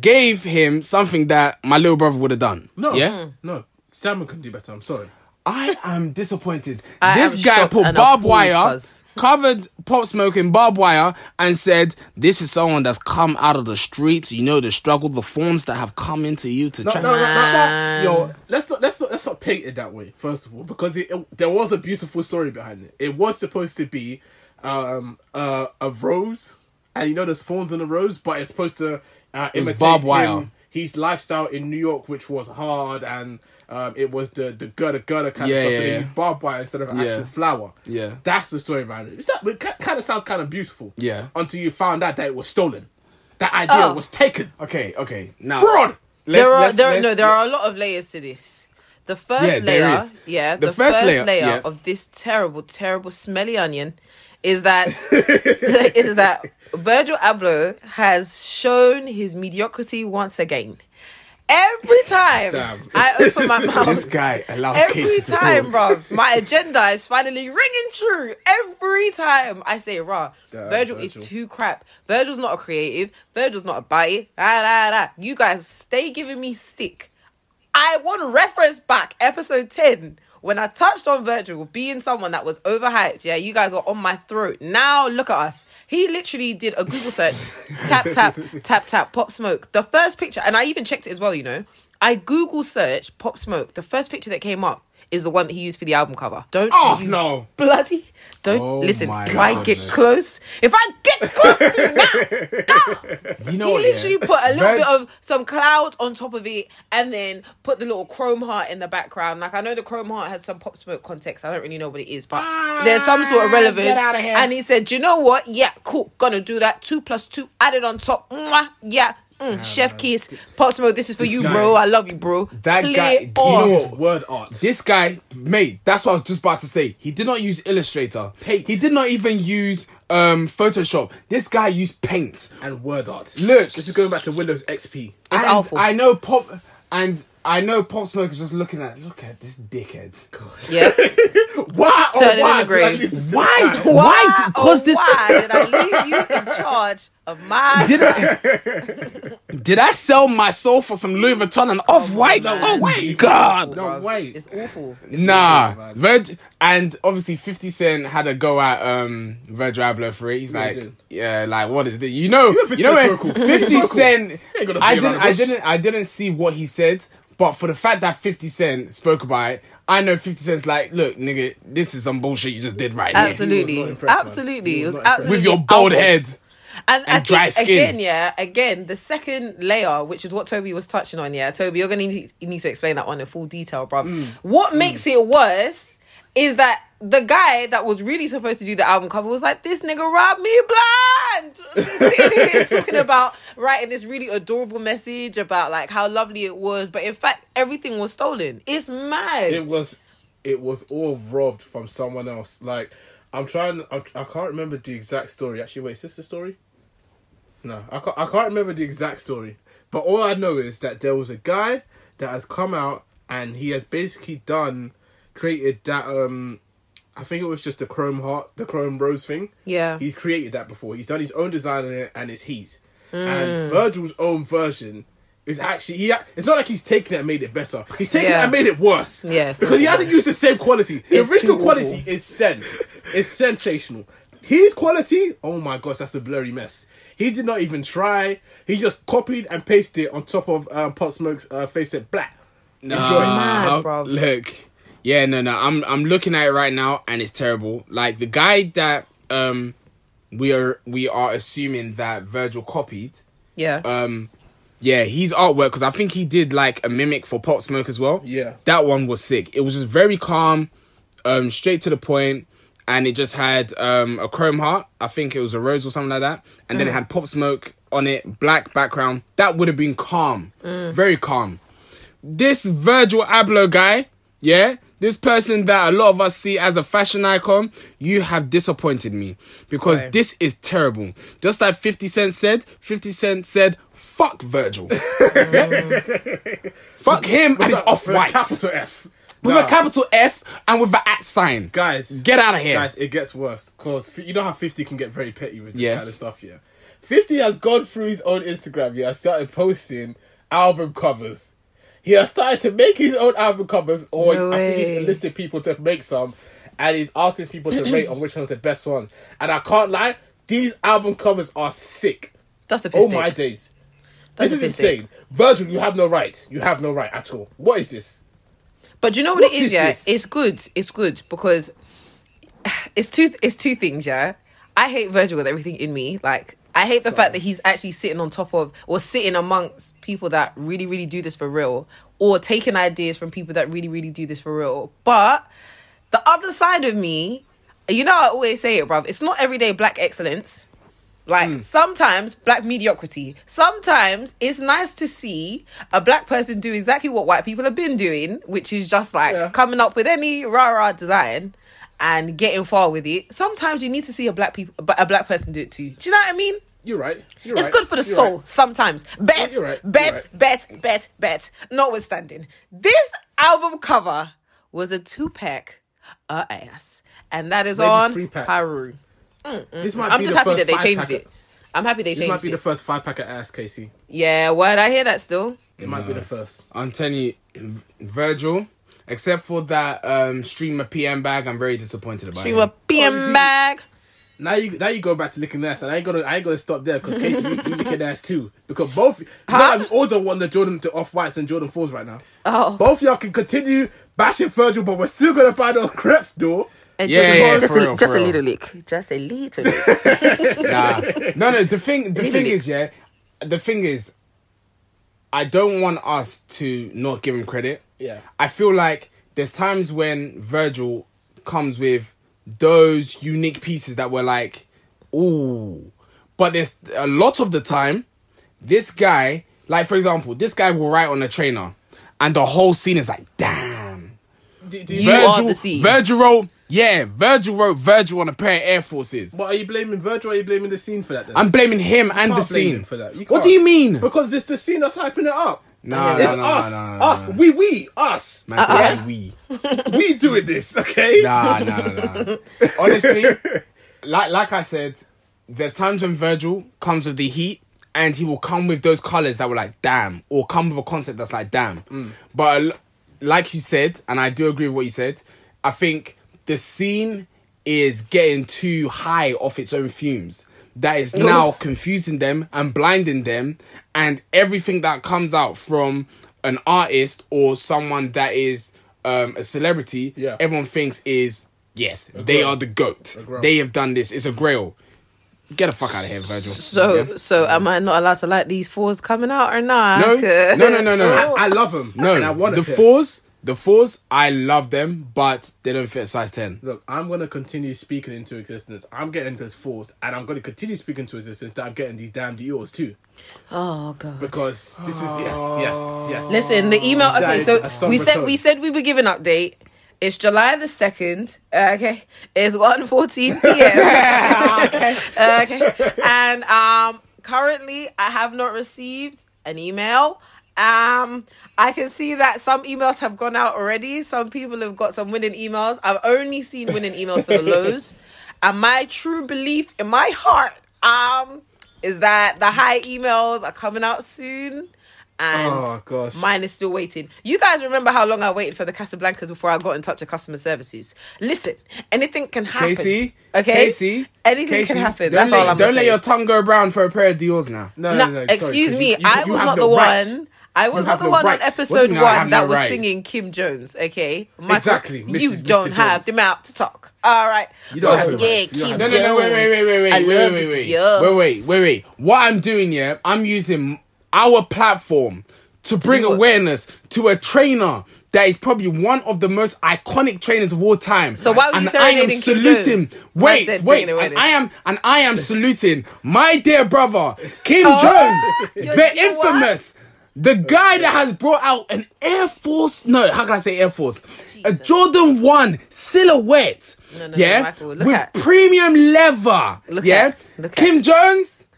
Speaker 1: gave him something that my little brother would have done.
Speaker 3: No. Mm.
Speaker 1: Yeah.
Speaker 3: No. Salmon can do better. I'm sorry.
Speaker 1: I am disappointed.
Speaker 2: I am
Speaker 1: this guy
Speaker 2: shocked
Speaker 1: put
Speaker 2: and
Speaker 1: barbed
Speaker 2: appalled,
Speaker 1: wire,
Speaker 2: cuz.
Speaker 1: covered pop smoke in barbed wire, and said, This is someone that's come out of the streets, you know, the struggle, the thorns that have come into you to
Speaker 3: No,
Speaker 1: try.
Speaker 3: no, no, no.
Speaker 2: Man.
Speaker 3: Yo, let's not let's not let's not paint it that way. First of all, because it, it- there was a beautiful story behind it. It was supposed to be um uh, a rose, and you know there's thorns in the rose, but it's supposed to uh, imitate
Speaker 1: barbed wire.
Speaker 3: him- his lifestyle in New York, which was hard, and um, it was the the gutter gutter kind
Speaker 1: Yeah,
Speaker 3: of stuff.
Speaker 1: yeah,
Speaker 3: so they
Speaker 1: yeah.
Speaker 3: used barbed wire instead of an
Speaker 1: Yeah.
Speaker 3: actual flower.
Speaker 1: Yeah.
Speaker 3: that's the story behind it. It's not, it kind of sounds kind of beautiful.
Speaker 1: Yeah.
Speaker 3: until you found out that it was stolen. That idea
Speaker 2: Oh.
Speaker 3: was taken.
Speaker 1: Okay, okay. Now,
Speaker 3: Fraud.
Speaker 1: let's-
Speaker 2: there are
Speaker 1: let's-
Speaker 2: there
Speaker 1: let's-
Speaker 2: no there are a lot of layers to this. The first
Speaker 1: Yeah, there
Speaker 2: layer,
Speaker 1: is.
Speaker 2: yeah,
Speaker 1: The first layer, yeah.
Speaker 2: of this terrible, terrible smelly onion is that is that Virgil Abloh has shown his mediocrity once again. Every time
Speaker 3: Damn.
Speaker 2: I open my mouth,
Speaker 1: This guy allows
Speaker 2: Every
Speaker 1: cases to
Speaker 2: time,
Speaker 1: talk.
Speaker 2: bro, my agenda is finally ringing true. Every time I say, "Raw,
Speaker 3: Damn,
Speaker 2: Virgil is
Speaker 3: Virgil.
Speaker 2: too crap. Virgil's not a creative. Virgil's not a bite. Da, da, da. You guys stay giving me stick. I want reference back episode ten when I touched on Virgil being someone that was overhyped. Yeah, you guys were on my throat. Now look at us. He literally did a Google search, tap tap tap tap pop smoke. The first picture, and I even checked it as well. You know, I Google search pop smoke. The first picture that came up is the one that he used for the album cover. Don't
Speaker 3: Oh
Speaker 2: you
Speaker 3: no.
Speaker 2: bloody don't
Speaker 1: Oh
Speaker 2: listen.
Speaker 1: my
Speaker 2: If I get
Speaker 1: goodness.
Speaker 2: close, if I get close to you now,
Speaker 1: Do you know
Speaker 2: he
Speaker 1: what?
Speaker 2: literally
Speaker 1: yeah?
Speaker 2: put a little
Speaker 1: Virg-
Speaker 2: bit of some cloud on top of it and then put the little chrome heart in the background. Like I know the chrome heart has some pop smoke context. I don't really know what it is, but there's some sort of relevance.
Speaker 1: Ah, get outta here.
Speaker 2: And he said, "Do you know what? Yeah, cool. Gonna do that. Two plus two added on top. Mwah. Yeah. Mm, chef kiss. Pop smoke, this is for you,
Speaker 3: guy-
Speaker 2: bro. I love you, bro.
Speaker 1: That
Speaker 2: Play
Speaker 1: guy-
Speaker 2: it
Speaker 1: you
Speaker 2: off.
Speaker 1: know
Speaker 3: Oh, word art.
Speaker 1: This guy, mate, that's what I was just about to say. He did not use Illustrator.
Speaker 3: Paint.
Speaker 1: He did not even use um Photoshop. This guy used paint.
Speaker 3: and word art.
Speaker 1: Look.
Speaker 3: this is going back to Windows XP.
Speaker 2: It's
Speaker 1: And
Speaker 2: awful.
Speaker 1: I know Pop and I know Pop Smoke is just looking at look at this dickhead.
Speaker 2: Yeah.
Speaker 3: Why?
Speaker 2: Turn it in
Speaker 3: oh, why
Speaker 2: the grave.
Speaker 3: did I leave this
Speaker 1: Why?
Speaker 3: guy?
Speaker 1: Why?
Speaker 2: Why?
Speaker 1: Because
Speaker 2: oh,
Speaker 1: this
Speaker 2: why did I leave you in charge of my?
Speaker 1: did I did I sell my soul for some Louis Vuitton and off white?
Speaker 2: no,
Speaker 1: Oh my
Speaker 3: it's
Speaker 1: god!
Speaker 3: No
Speaker 2: Bruv,
Speaker 3: way.
Speaker 2: It's awful.
Speaker 1: Nah,
Speaker 3: man.
Speaker 1: Virg- and obviously Fifty Cent had a go at um Virgil Abloh for it. He's
Speaker 3: Yeah, he
Speaker 1: like,
Speaker 3: did.
Speaker 1: yeah, like what is this? You know,
Speaker 3: know
Speaker 1: you know, when
Speaker 3: Fifty Cent's vocal.
Speaker 1: Fifty
Speaker 3: Vocal.
Speaker 1: Cent.
Speaker 3: He ain't gonna
Speaker 1: I
Speaker 3: be
Speaker 1: didn't,
Speaker 3: around the
Speaker 1: I
Speaker 3: bush.
Speaker 1: didn't, I didn't see what he said, but for the fact that Fifty Cent spoke about it, I know Fifty Cent's like, look, nigga, this is some bullshit you just did right here
Speaker 2: Absolutely,
Speaker 3: not impressed, man.
Speaker 2: absolutely,
Speaker 3: He
Speaker 2: it
Speaker 3: was
Speaker 2: was
Speaker 3: not impressed.
Speaker 2: absolutely
Speaker 1: with your bald
Speaker 2: awful.
Speaker 1: head.
Speaker 2: and, I
Speaker 1: and dry
Speaker 2: think,
Speaker 1: skin.
Speaker 2: Again, yeah, again, the second layer, which is what Toby was touching on, yeah, Toby, you're gonna need, you need to explain that one in full detail, bruv. What makes it worse is that the guy that was really supposed to do the album cover was like, "This nigga robbed me blind." understand sitting here talking about writing this really adorable message about like how lovely it was, but in fact everything was stolen. It's mad.
Speaker 3: it was it was all robbed from someone else like i'm trying I'm, i can't remember the exact story actually wait is this the story no I can't, I can't remember the exact story but all i know is that there was a guy that has come out and he has basically done created that um i think it was just the chrome heart the chrome rose thing
Speaker 2: Yeah.
Speaker 3: he's created that before he's done his own design on it and it's his
Speaker 2: Mm.
Speaker 3: and virgil's own version is actually he, it's not like he's taken it and made it better he's taken it
Speaker 2: Yeah.
Speaker 3: and made it worse
Speaker 2: Yes,
Speaker 3: because he
Speaker 2: possible.
Speaker 3: hasn't used the same quality. The
Speaker 2: It's
Speaker 3: original
Speaker 2: too
Speaker 3: quality
Speaker 2: awful.
Speaker 3: is sen. It's sensational. His quality, oh my gosh, that's a blurry mess. He did not even try. He just copied and pasted it on top of um, Pot Smoke's uh, face it black.
Speaker 1: Nah,
Speaker 2: mad,
Speaker 1: Um, how-
Speaker 2: bruv.
Speaker 1: Look, yeah, no, no. I'm I'm looking at it right now, and it's terrible. Like the guy that um we are we are assuming that Virgil copied.
Speaker 2: yeah.
Speaker 1: Um, yeah, his artwork because I think he did like a mimic for Pot Smoke as well.
Speaker 3: Yeah.
Speaker 1: that one was sick. It was just very calm, um, straight to the point, and it just had um a chrome heart. I think it was a rose or something like that, and
Speaker 2: Mm.
Speaker 1: then it had Pop Smoke on it, black background. That would have been calm,
Speaker 2: Mm.
Speaker 1: very calm this Virgil Abloh guy, yeah, this person that a lot of us see as a fashion icon, you have disappointed me because
Speaker 2: Right.
Speaker 1: this is terrible. Just like 50 Cent said, 50 Cent said, fuck Virgil. fuck him and it's off
Speaker 3: With a
Speaker 1: white.
Speaker 3: Capital F.
Speaker 1: With
Speaker 3: Nah.
Speaker 1: a capital F and with an at sign.
Speaker 3: guys,
Speaker 1: Get out of here.
Speaker 3: Guys, it gets worse because you know how 50 can get very petty with this
Speaker 1: Yes.
Speaker 3: kind of stuff, yeah. 50 has gone through his own Instagram, yeah, and started posting album covers. He has started to make his own album covers, or
Speaker 2: No
Speaker 3: I think he's
Speaker 2: way.
Speaker 3: enlisted people to make some, and he's asking people to rate on which one's the best one. And I can't lie, these album covers are sick.
Speaker 2: That's a
Speaker 3: Oh
Speaker 2: pistic.
Speaker 3: my days.
Speaker 2: That's
Speaker 3: this
Speaker 2: a
Speaker 3: is
Speaker 2: pistic.
Speaker 3: insane. Virgil, you have no right. You have no right at all. What is this?
Speaker 2: But do you know what,
Speaker 3: What
Speaker 2: it is,
Speaker 3: is
Speaker 2: yeah?
Speaker 3: this?
Speaker 2: It's good. It's good because it's two it's two things, yeah. I hate Virgil with everything in me. Like I hate the fact that he's actually sitting on top of or sitting amongst people that really, really do this for real. Or taking ideas from people that really, really do this for real. But the other side of me, you know I always say it, bruv, it's not everyday black excellence. Like
Speaker 3: Hmm.
Speaker 2: sometimes black mediocrity. Sometimes it's nice to see a black person do exactly what white people have been doing, which is just like
Speaker 3: Yeah.
Speaker 2: coming up with any rah rah design and getting far with it. Sometimes you need to see a black people, a black person do it too. Do you know what I mean?
Speaker 3: You're right. You're
Speaker 2: It's
Speaker 3: right.
Speaker 2: good for the
Speaker 3: You're
Speaker 2: soul
Speaker 3: right.
Speaker 2: sometimes. Bet,
Speaker 3: You're right. You're
Speaker 2: bet,
Speaker 3: right.
Speaker 2: bet, bet, bet. Notwithstanding, this album cover was a two pack, a ass, and that is
Speaker 3: Maybe
Speaker 2: on
Speaker 3: three-pack.
Speaker 2: Paru.
Speaker 3: This might
Speaker 2: I'm
Speaker 3: be
Speaker 2: just
Speaker 3: the
Speaker 2: happy
Speaker 3: first
Speaker 2: that they
Speaker 3: five
Speaker 2: changed
Speaker 3: packer-
Speaker 2: it. I'm happy they
Speaker 3: This might
Speaker 2: changed
Speaker 3: be
Speaker 2: it.
Speaker 3: the first five pack of ass, Casey.
Speaker 2: yeah, what I hear that still.
Speaker 3: It might be the first.
Speaker 1: I'm telling you, Virgil, except for that um, streamer PM bag, I'm very disappointed about
Speaker 2: You a
Speaker 1: him.
Speaker 3: is
Speaker 2: PM
Speaker 3: he-
Speaker 2: bag.
Speaker 3: Now you now you go back to licking ass, and I ain't gonna I ain't gonna stop there because Casey, you, you licking ass too because both you know
Speaker 2: Huh?
Speaker 3: that we all don't want the Jordan to off whites and Jordan fours right now.
Speaker 2: Oh.
Speaker 3: both y'all can continue bashing Virgil, but we're still gonna buy those crepes, though.
Speaker 2: And
Speaker 1: Yeah, yeah, yeah,
Speaker 2: just,
Speaker 1: for
Speaker 2: a,
Speaker 1: real,
Speaker 2: just
Speaker 1: for
Speaker 2: a
Speaker 1: real.
Speaker 2: little lick. Just a little lick.
Speaker 1: nah. No, no. The thing, the thing is, yeah. The thing is, I don't want us to not give him credit.
Speaker 3: Yeah.
Speaker 1: I feel like there's times when Virgil comes with those unique pieces that were like, ooh. But there's a lot of the time, this guy, like for example, this guy will write on a trainer, and the whole scene is like, damn.
Speaker 3: Do, do
Speaker 2: You- are the scene.
Speaker 1: Virgil wrote, yeah, Virgil wrote Virgil on a pair of Air Forces.
Speaker 3: What are you blaming Virgil? Or are you blaming the scene for that? Then?
Speaker 1: I'm blaming him and the
Speaker 3: can't blame
Speaker 1: scene.
Speaker 3: him for that. You
Speaker 1: What
Speaker 3: can't.
Speaker 1: do you mean?
Speaker 3: because it's the scene that's hyping it up.
Speaker 1: Nah,
Speaker 3: it's
Speaker 1: nah, nah,
Speaker 3: us,
Speaker 1: nah, nah,
Speaker 3: us,
Speaker 1: nah.
Speaker 3: we, we, us.
Speaker 1: Man, it's
Speaker 3: Yeah?
Speaker 1: like we.
Speaker 3: we doing this, okay?
Speaker 1: Nah, nah, nah, nah. Honestly, like like I said, there's times when Virgil comes with the heat and he will come with those colours that were like damn, or come with a concept that's like damn. But l- like you said, and I do agree with what you said, I think the scene is getting too high off its own fumes. That is now confusing them and blinding them, and everything that comes out from an artist or someone that is um, a celebrity,
Speaker 3: Yeah.
Speaker 1: everyone thinks is yes, they
Speaker 3: grail.
Speaker 1: are the goat.
Speaker 3: grail.
Speaker 1: They have done this. It's a grail. Get the fuck out of here, Virgil.
Speaker 2: so,
Speaker 1: Yeah.
Speaker 2: so am I not allowed to like these fours coming out or not?
Speaker 1: no, no, no, no, no.
Speaker 3: I, I love him.
Speaker 1: No,
Speaker 3: and I want
Speaker 1: the
Speaker 3: him.
Speaker 1: fours, The fours, I love them, but they don't fit a size ten.
Speaker 3: Look, I'm gonna continue speaking into existence. I'm getting this force, and I'm gonna continue speaking into existence that I'm getting these damn deals too,
Speaker 2: Oh god.
Speaker 3: because this is yes, yes, yes.
Speaker 2: Listen, the email. Okay,
Speaker 3: Besides, a
Speaker 2: so
Speaker 3: song
Speaker 2: we
Speaker 3: for
Speaker 2: said
Speaker 3: song.
Speaker 2: we said we would give an update. It's July the second. Uh, okay, it's one fourteen p.m. okay, okay, and um, currently I have not received an email. Um, I can see that some emails have gone out already. Some people have got some winning emails. I've only seen winning emails for the lows, and my true belief in my heart, um, is that the high emails are coming out soon. And
Speaker 3: Oh, gosh.
Speaker 2: mine is still waiting. You guys remember how long I waited for the Casablancas before I got in touch with customer services. Listen, anything can happen.
Speaker 1: Casey,
Speaker 2: okay,
Speaker 1: Casey,
Speaker 2: anything
Speaker 1: Casey,
Speaker 2: can happen.
Speaker 1: Don't
Speaker 2: That's
Speaker 1: let,
Speaker 2: all I'm
Speaker 1: Don't
Speaker 2: saying.
Speaker 1: let your tongue go brown for a pair of deals now.
Speaker 3: No,
Speaker 2: No,
Speaker 3: no, no, sorry, 'cause
Speaker 2: excuse
Speaker 3: you-
Speaker 2: me.
Speaker 3: you-
Speaker 2: I
Speaker 3: you
Speaker 2: was
Speaker 3: have
Speaker 2: not the
Speaker 3: no rights.
Speaker 2: one. I was
Speaker 3: You
Speaker 2: not
Speaker 3: have
Speaker 2: the
Speaker 3: no
Speaker 2: one
Speaker 3: rights.
Speaker 2: on
Speaker 3: What do you
Speaker 2: episode
Speaker 1: mean I have
Speaker 2: one that
Speaker 1: no
Speaker 2: was
Speaker 1: right?
Speaker 2: singing Kim Jones. Okay,
Speaker 3: Exactly, Mrs.
Speaker 2: You
Speaker 3: Mr.
Speaker 2: don't have
Speaker 3: Jones.
Speaker 2: the mouth to talk. All right.
Speaker 3: You don't
Speaker 2: oh,
Speaker 3: have the
Speaker 2: yeah,
Speaker 3: right. You
Speaker 2: Kim
Speaker 3: don't
Speaker 1: No,
Speaker 2: Jones.
Speaker 1: no, no, wait, wait, wait, wait, wait,
Speaker 2: I
Speaker 1: wait,
Speaker 2: love
Speaker 1: wait,
Speaker 2: the
Speaker 1: wait,
Speaker 2: Jones.
Speaker 1: wait, wait, wait, wait. What I'm doing, yeah, I'm using our platform to bring
Speaker 2: do what?
Speaker 1: awareness to a trainer that is probably one of the most iconic trainers of all time.
Speaker 2: So why were you
Speaker 1: and I am
Speaker 2: serenading Kim
Speaker 1: saluting.
Speaker 2: Jones?
Speaker 1: Wait,
Speaker 2: I said
Speaker 1: wait,
Speaker 2: bringing
Speaker 1: and
Speaker 2: awareness.
Speaker 1: I am and I am saluting my dear brother Kim
Speaker 2: Oh,
Speaker 1: Jones,
Speaker 2: your
Speaker 1: the
Speaker 2: dear what?
Speaker 1: infamous. The guy that has brought out an Air Force, no, how can I say Air Force? A
Speaker 2: Jesus.
Speaker 1: Jordan 1 silhouette.
Speaker 2: No, no, no,
Speaker 1: yeah,
Speaker 2: Michael, look
Speaker 1: with
Speaker 2: at-
Speaker 1: premium leather.
Speaker 2: Look
Speaker 1: yeah,
Speaker 2: at- look
Speaker 1: Kim Jones.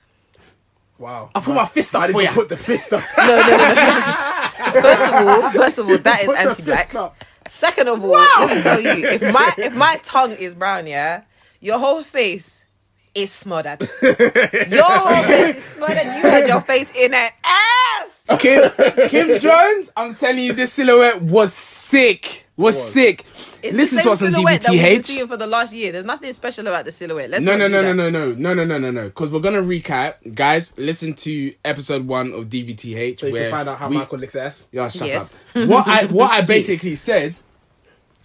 Speaker 3: Wow.
Speaker 1: I put my fist
Speaker 3: I
Speaker 1: up for
Speaker 3: didn't
Speaker 1: you.
Speaker 3: put the fist up.
Speaker 2: No, no, no, no. First of all, first of all, that is
Speaker 3: Put the
Speaker 2: anti-black.
Speaker 3: fist up.
Speaker 2: Second of all, let me tell you, if my if my tongue is brown, yeah, your whole face is smothered. Your whole face is smothered. You had your face in an ass.
Speaker 1: Kim, Kim Jones. I'm telling you, this silhouette was sick. Was, sick.
Speaker 2: It's
Speaker 1: Listen to
Speaker 2: the same
Speaker 1: us on
Speaker 2: silhouette that we've been
Speaker 1: DBTH.
Speaker 2: seeing for the last year. There's nothing special about the silhouette. Let's
Speaker 1: No,
Speaker 2: not
Speaker 1: no, no,
Speaker 2: do that.
Speaker 1: no, no, no, no, no, no, no, no. Because we're gonna recap, guys. Listen to episode one of DBTH,
Speaker 3: You
Speaker 1: where
Speaker 3: can find out how
Speaker 1: we-
Speaker 3: Michael licks ass.
Speaker 1: Yeah, shut
Speaker 2: Yes.
Speaker 1: up. What I what I basically said,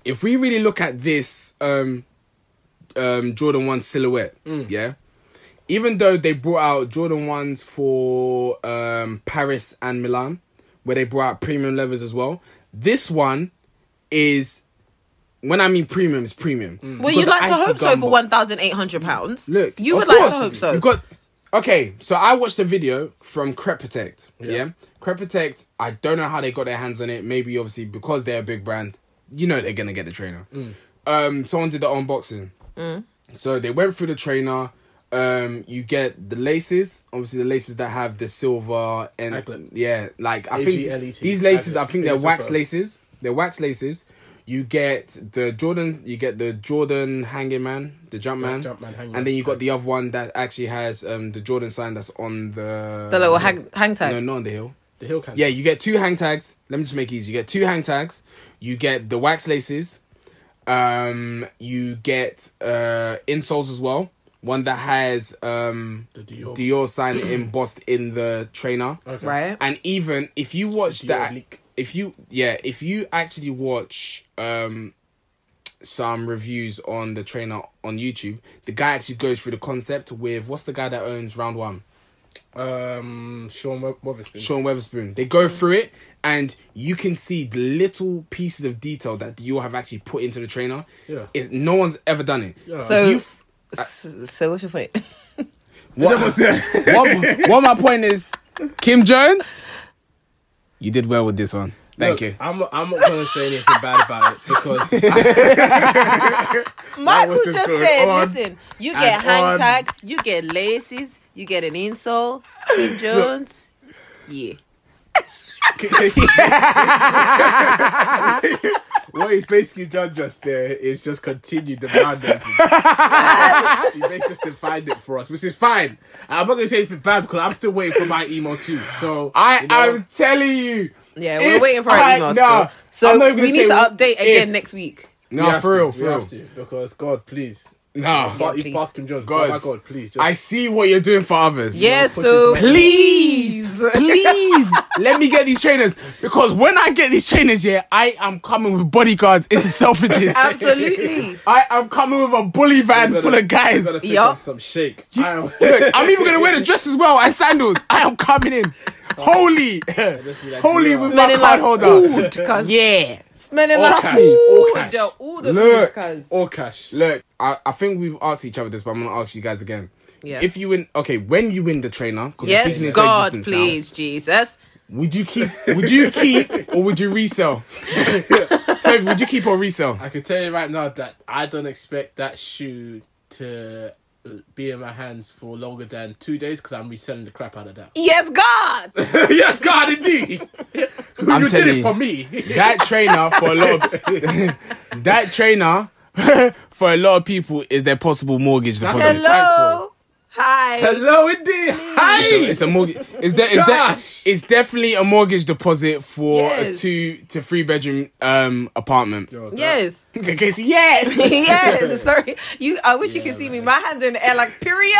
Speaker 1: if we really look at this um um Jordan 1 silhouette, yeah. Even though they brought out Jordan 1s for um Paris and Milan, where they brought out premium levers as well, this one is when I mean premium, it's premium.
Speaker 2: Well,
Speaker 1: You've
Speaker 2: you'd
Speaker 1: got
Speaker 2: like
Speaker 1: the
Speaker 2: to hope so
Speaker 1: Icy
Speaker 2: for
Speaker 1: Gumbo.
Speaker 2: one thousand eight hundred pounds.
Speaker 1: Look,
Speaker 2: you
Speaker 1: of
Speaker 2: would like
Speaker 1: course,
Speaker 2: to hope so.
Speaker 1: You've got okay. So I watched a video from Crep Protect. Yeah. Crep Protect. I don't know how they got their hands on it. Maybe obviously because they're a big brand, you know they're gonna get the trainer. Um, someone did the unboxing.
Speaker 2: Mm.
Speaker 1: So they went through the trainer. Um, you get the laces, obviously the laces that have the silver and
Speaker 3: Aglet.
Speaker 1: yeah, like I think
Speaker 3: AGLET.
Speaker 1: these laces, I
Speaker 3: Aglet.
Speaker 1: think they're
Speaker 3: It's a
Speaker 1: wax
Speaker 3: pro.
Speaker 1: laces. They're wax laces. You get the Jordan, you get the Jordan Hanging Man, the jump man,
Speaker 3: Jumpman Hanging
Speaker 1: and then you got the other one that actually has um the Jordan sign that's on the
Speaker 2: the little hang, hang tag.
Speaker 1: No, not on the hill.
Speaker 3: The hill can.
Speaker 1: Yeah, you get two hang tags. Let me just make it easy. You get two hang tags. You get the wax laces. Um, you get uh insoles as well. One that has um
Speaker 3: The Dior.
Speaker 1: Dior sign embossed in the trainer.
Speaker 3: Okay.
Speaker 2: Right.
Speaker 1: And even if you watch
Speaker 3: Dior
Speaker 1: that,
Speaker 3: leak.
Speaker 1: if you yeah, if you actually watch um some reviews on the trainer on YouTube, the guy actually goes through the concept with what's the guy that owns Round One,
Speaker 3: Um, Sean Wo- Wotherspoon.
Speaker 1: Sean Weatherspoon. They go through it, and you can see the little pieces of detail that you have actually put into the trainer.
Speaker 3: Yeah.
Speaker 1: It, no one's ever done it.
Speaker 3: Yeah.
Speaker 1: If
Speaker 2: So-
Speaker 1: you f-
Speaker 2: S- so what's your point?
Speaker 1: what, what, what my point is, Kim Jones, you did well with this one. Thank
Speaker 3: Look,
Speaker 1: you.
Speaker 3: I'm not, I'm not gonna say anything bad about it because
Speaker 2: Michael
Speaker 3: was
Speaker 2: just,
Speaker 3: just going
Speaker 2: said,
Speaker 3: on
Speaker 2: listen, you get
Speaker 3: and
Speaker 2: hang
Speaker 3: on.
Speaker 2: tags, you get laces, you get an insole, Kim Jones. yeah.
Speaker 3: what he's basically done just there is just continued the madness. he basically just defined it for us, which is fine. I'm not gonna say anything bad because I'm still waiting for my email too. So
Speaker 1: I
Speaker 3: you know,
Speaker 1: am telling you.
Speaker 2: Yeah, we're
Speaker 1: if
Speaker 2: waiting for our
Speaker 1: I-
Speaker 2: emails.
Speaker 1: nah,
Speaker 2: still. so
Speaker 1: I'm not even
Speaker 2: we
Speaker 1: gonna
Speaker 2: need
Speaker 1: say
Speaker 2: to update
Speaker 1: if.
Speaker 2: again next week.
Speaker 3: we
Speaker 1: No,
Speaker 3: have
Speaker 1: for
Speaker 3: to,
Speaker 1: real,
Speaker 3: we
Speaker 1: for real.
Speaker 3: have to, because God, please.
Speaker 1: Nah,
Speaker 3: God,
Speaker 2: please.
Speaker 3: you passed Kim Jones.
Speaker 1: God.
Speaker 3: Oh my God, please. Just,
Speaker 1: I see what you're doing for others.
Speaker 2: Yeah,
Speaker 3: push it
Speaker 2: so
Speaker 3: to-
Speaker 1: Please, please let me get these trainers because when I get these trainers, yeah, I am coming with bodyguards into Selfridges.
Speaker 2: Absolutely.
Speaker 1: I am coming with a bully van
Speaker 3: You gotta-
Speaker 1: full of guys.
Speaker 3: you gotta think
Speaker 2: Yup.
Speaker 3: of some shake. I am-
Speaker 1: Look, I'm even gonna wear the dress as well and sandals. I am coming in. Holy, holy with my
Speaker 2: Smelling
Speaker 1: card
Speaker 2: like
Speaker 1: holder.
Speaker 2: oud, cuz.
Speaker 1: Yeah.
Speaker 2: Smelling
Speaker 3: All
Speaker 2: like
Speaker 3: cash, all
Speaker 2: oud,
Speaker 3: cash.
Speaker 2: the- all the
Speaker 1: Look.
Speaker 2: oud, cuz.
Speaker 3: All cash.
Speaker 1: Look, I, I think we've asked each other this, but I'm gonna ask you guys again.
Speaker 2: Yeah.
Speaker 1: If you win, okay, when you win the trainer, 'cause we're
Speaker 2: Yes,
Speaker 1: speaking into
Speaker 2: God,
Speaker 1: existence now,
Speaker 2: please, Jesus.
Speaker 1: would you keep? Would you keep or would you resell? Toby, would you keep or resell?
Speaker 3: I can tell you right now that I don't expect that shoe to uh, be in my hands for longer than two days because I'm reselling the crap out of that.
Speaker 2: Yes, God.
Speaker 3: yes, God, indeed.
Speaker 1: I'm
Speaker 3: you did
Speaker 1: telling
Speaker 3: it
Speaker 1: you.
Speaker 3: for me.
Speaker 1: That trainer for a lot. Of, that trainer for a lot of people is their possible mortgage deposit.
Speaker 3: Hello.
Speaker 2: Hello. Hi.
Speaker 3: Hello, indeed.
Speaker 1: It's a-
Speaker 3: Hi.
Speaker 1: It's a mortgage. Is there? Is there?
Speaker 3: Gosh.
Speaker 1: It's definitely a mortgage deposit for a
Speaker 2: Yes.
Speaker 1: two to three bedroom um apartment.
Speaker 2: Yes.
Speaker 1: Okay, so yes.
Speaker 2: yes. Sorry. You. I wish you could see me. My hands in the air, like period.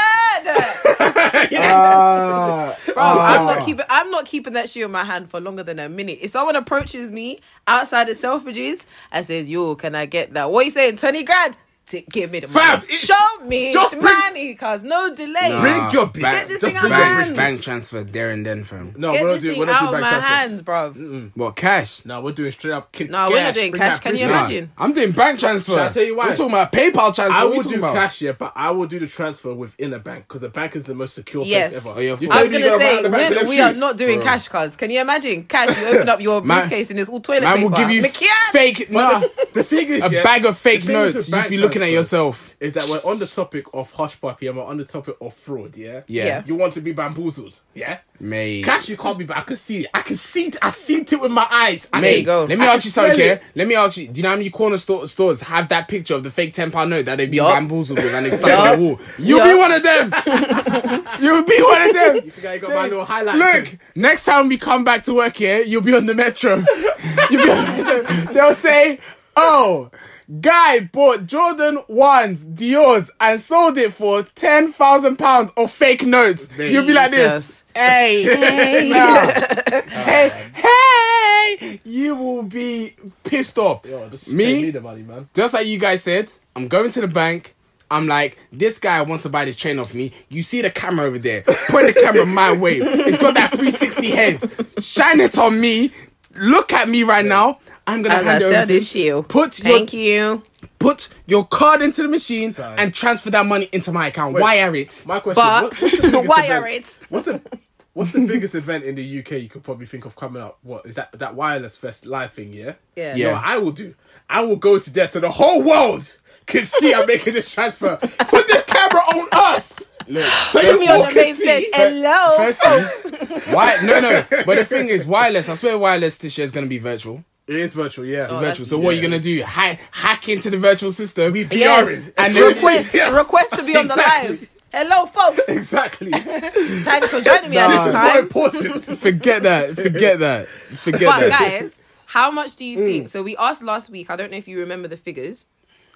Speaker 1: Ah.
Speaker 2: Bro, I'm not keeping. I'm not keeping that shoe in my hand for longer than a minute. If someone approaches me outside of Selfridges and says, "Yo, can I get that?" What you saying? Twenty grand. T- give me the
Speaker 3: Fam,
Speaker 2: money.
Speaker 3: it's-
Speaker 2: Show me
Speaker 3: just bring-
Speaker 2: money, cause no delay.
Speaker 1: Nah.
Speaker 3: Bring your bitch.
Speaker 1: Bank-
Speaker 2: Get this
Speaker 3: Ah, Just
Speaker 2: thing out
Speaker 3: bring
Speaker 2: my
Speaker 3: your
Speaker 1: bank,
Speaker 2: hands.
Speaker 1: bank transfer there and then, fam.
Speaker 3: No,
Speaker 2: Get
Speaker 3: we're not
Speaker 2: this
Speaker 3: doing,
Speaker 2: thing
Speaker 3: we're not
Speaker 2: out
Speaker 3: doing
Speaker 2: of
Speaker 3: bank
Speaker 2: my
Speaker 3: transfers.
Speaker 2: hands, bro.
Speaker 1: What cash?
Speaker 3: No, we're doing straight up. Ki-
Speaker 2: No, we're not doing
Speaker 3: bring
Speaker 2: cash.
Speaker 3: that-
Speaker 2: Can
Speaker 3: bring
Speaker 2: you
Speaker 3: that.
Speaker 2: imagine?
Speaker 1: I'm doing bank transfer.
Speaker 3: Shall I tell you why?
Speaker 1: We're talking about PayPal transfer.
Speaker 3: I
Speaker 1: What are we
Speaker 3: will
Speaker 1: talking
Speaker 3: do
Speaker 1: about?
Speaker 3: cash, yeah, but I will do the transfer within a bank because the bank is the most secure
Speaker 2: Yes.
Speaker 3: place ever.
Speaker 1: Oh, yeah, of
Speaker 3: You
Speaker 1: course.
Speaker 2: I
Speaker 3: tell
Speaker 2: was
Speaker 3: me
Speaker 2: gonna
Speaker 3: you go round
Speaker 2: say
Speaker 3: the bank with
Speaker 2: we're,
Speaker 3: them
Speaker 2: we are
Speaker 3: shoes?
Speaker 2: not doing
Speaker 1: Bro.
Speaker 2: cash cards. Can you imagine? Cash, you open up your
Speaker 1: Man-
Speaker 2: briefcase and it's all toilet
Speaker 1: Man
Speaker 2: paper.
Speaker 1: will give you
Speaker 2: Macchiato.
Speaker 1: fake, nah,
Speaker 3: The thing is,
Speaker 1: a
Speaker 3: yeah,
Speaker 1: bag of fake
Speaker 3: the thing is
Speaker 1: notes.
Speaker 3: with
Speaker 1: You just
Speaker 3: bank
Speaker 1: be looking at
Speaker 3: transfers
Speaker 1: yourself.
Speaker 3: Is that we're on the topic of hush puppy and we're on the topic of fraud, yeah?
Speaker 1: Yeah.
Speaker 2: Yeah.
Speaker 3: You want to be bamboozled, yeah?
Speaker 1: Mate.
Speaker 3: Cash, you can't be, but I can see it. I can see it. I see it with my eyes. I
Speaker 1: Mate,
Speaker 2: There you go.
Speaker 1: Let me
Speaker 3: I
Speaker 1: ask
Speaker 3: can
Speaker 1: you something
Speaker 3: smell
Speaker 1: here.
Speaker 3: it.
Speaker 1: Let me ask you. Do you know how many corner store, stores have that picture of the fake ten pound note that they've been
Speaker 2: Yup.
Speaker 1: bamboozled with and they stuck
Speaker 2: Yup.
Speaker 1: on the wall? You'll be
Speaker 2: Yup.
Speaker 1: one of them. You'll be one of them.
Speaker 3: think I got my little highlight
Speaker 1: Look,
Speaker 3: thing?
Speaker 1: next time we come back to work here, you'll be on the metro. you'll be on the metro. They'll say, "Oh, guy bought Jordan ones, Dior's, and sold it for ten thousand pounds of fake notes." You'll be like this.
Speaker 2: Jesus.
Speaker 1: Hey, hey, nah. hey, hey! You will be pissed off.
Speaker 3: Yo, just pay
Speaker 1: me,
Speaker 3: the money, man.
Speaker 1: just like you guys said, I'm going to the bank. I'm like, this guy wants to buy this chain off me. You see the camera over there. Point the camera my way. It's got that 360 head. Shine it on me. Look at me right now. I'm gonna
Speaker 2: As I
Speaker 1: hand it over
Speaker 2: sell
Speaker 1: to
Speaker 2: this shoe.
Speaker 1: Put
Speaker 2: Thank
Speaker 1: your
Speaker 2: you.
Speaker 1: put your card into the machine
Speaker 3: Sorry.
Speaker 1: and transfer that money into my account. Wire it.
Speaker 3: My question
Speaker 2: But
Speaker 3: what- what's the biggest
Speaker 2: wire
Speaker 3: event-
Speaker 2: it.
Speaker 3: What's the what's the biggest event in the UK you could probably think of coming up? What is that that wireless fest live thing, yeah?
Speaker 2: Yeah.
Speaker 1: Yeah.
Speaker 3: You know what I will do. I will go to there so the whole world can see I'm making this transfer. Put this camera on us.
Speaker 1: Look,
Speaker 3: So
Speaker 2: Put
Speaker 3: you
Speaker 2: me on
Speaker 3: all
Speaker 2: the
Speaker 3: can
Speaker 2: main
Speaker 3: see.
Speaker 2: stage. Hello.
Speaker 1: first is why no no. But the thing is wireless, I swear wireless this year is gonna be virtual.
Speaker 3: It is virtual, yeah.
Speaker 2: Oh,
Speaker 1: Virtual.
Speaker 2: that's-
Speaker 1: So what are you gonna do? Hack hack into the virtual system. We
Speaker 3: VRing.
Speaker 2: yes.
Speaker 1: And
Speaker 3: then-
Speaker 2: request.
Speaker 3: Yes.
Speaker 2: Request to be on
Speaker 3: Exactly.
Speaker 2: the live. Hello, folks.
Speaker 3: Exactly. this
Speaker 2: Thanks for joining me
Speaker 1: Nah.
Speaker 2: at
Speaker 1: This
Speaker 2: this
Speaker 3: is more
Speaker 2: time.
Speaker 3: important.
Speaker 1: Forget that. Forget that. Forget
Speaker 2: But
Speaker 1: that. Mm.
Speaker 2: guys, how much do you think? So we asked last week. I don't know if you remember the figures.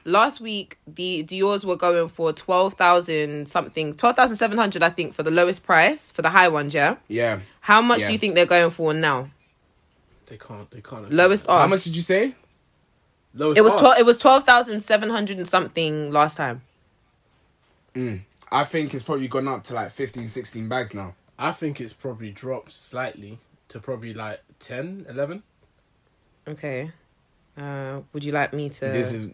Speaker 2: Last week, the Dior's were going for twelve thousand something, twelve thousand seven hundred, I think, for the lowest price for the high ones. Yeah.
Speaker 1: Yeah.
Speaker 2: How much
Speaker 1: Yeah.
Speaker 2: do you think they're going for now?
Speaker 3: They can't. They can't.
Speaker 2: Lowest ask.
Speaker 1: How much did you say?
Speaker 3: Lowest
Speaker 2: It was
Speaker 3: ask.
Speaker 2: twelve. It was twelve thousand seven hundred and something last time.
Speaker 1: I think it's probably gone up to like 15, 16 bags now.
Speaker 3: I think it's probably dropped slightly to probably like 10, 11.
Speaker 2: Okay. Uh, would you like me to?
Speaker 1: This is.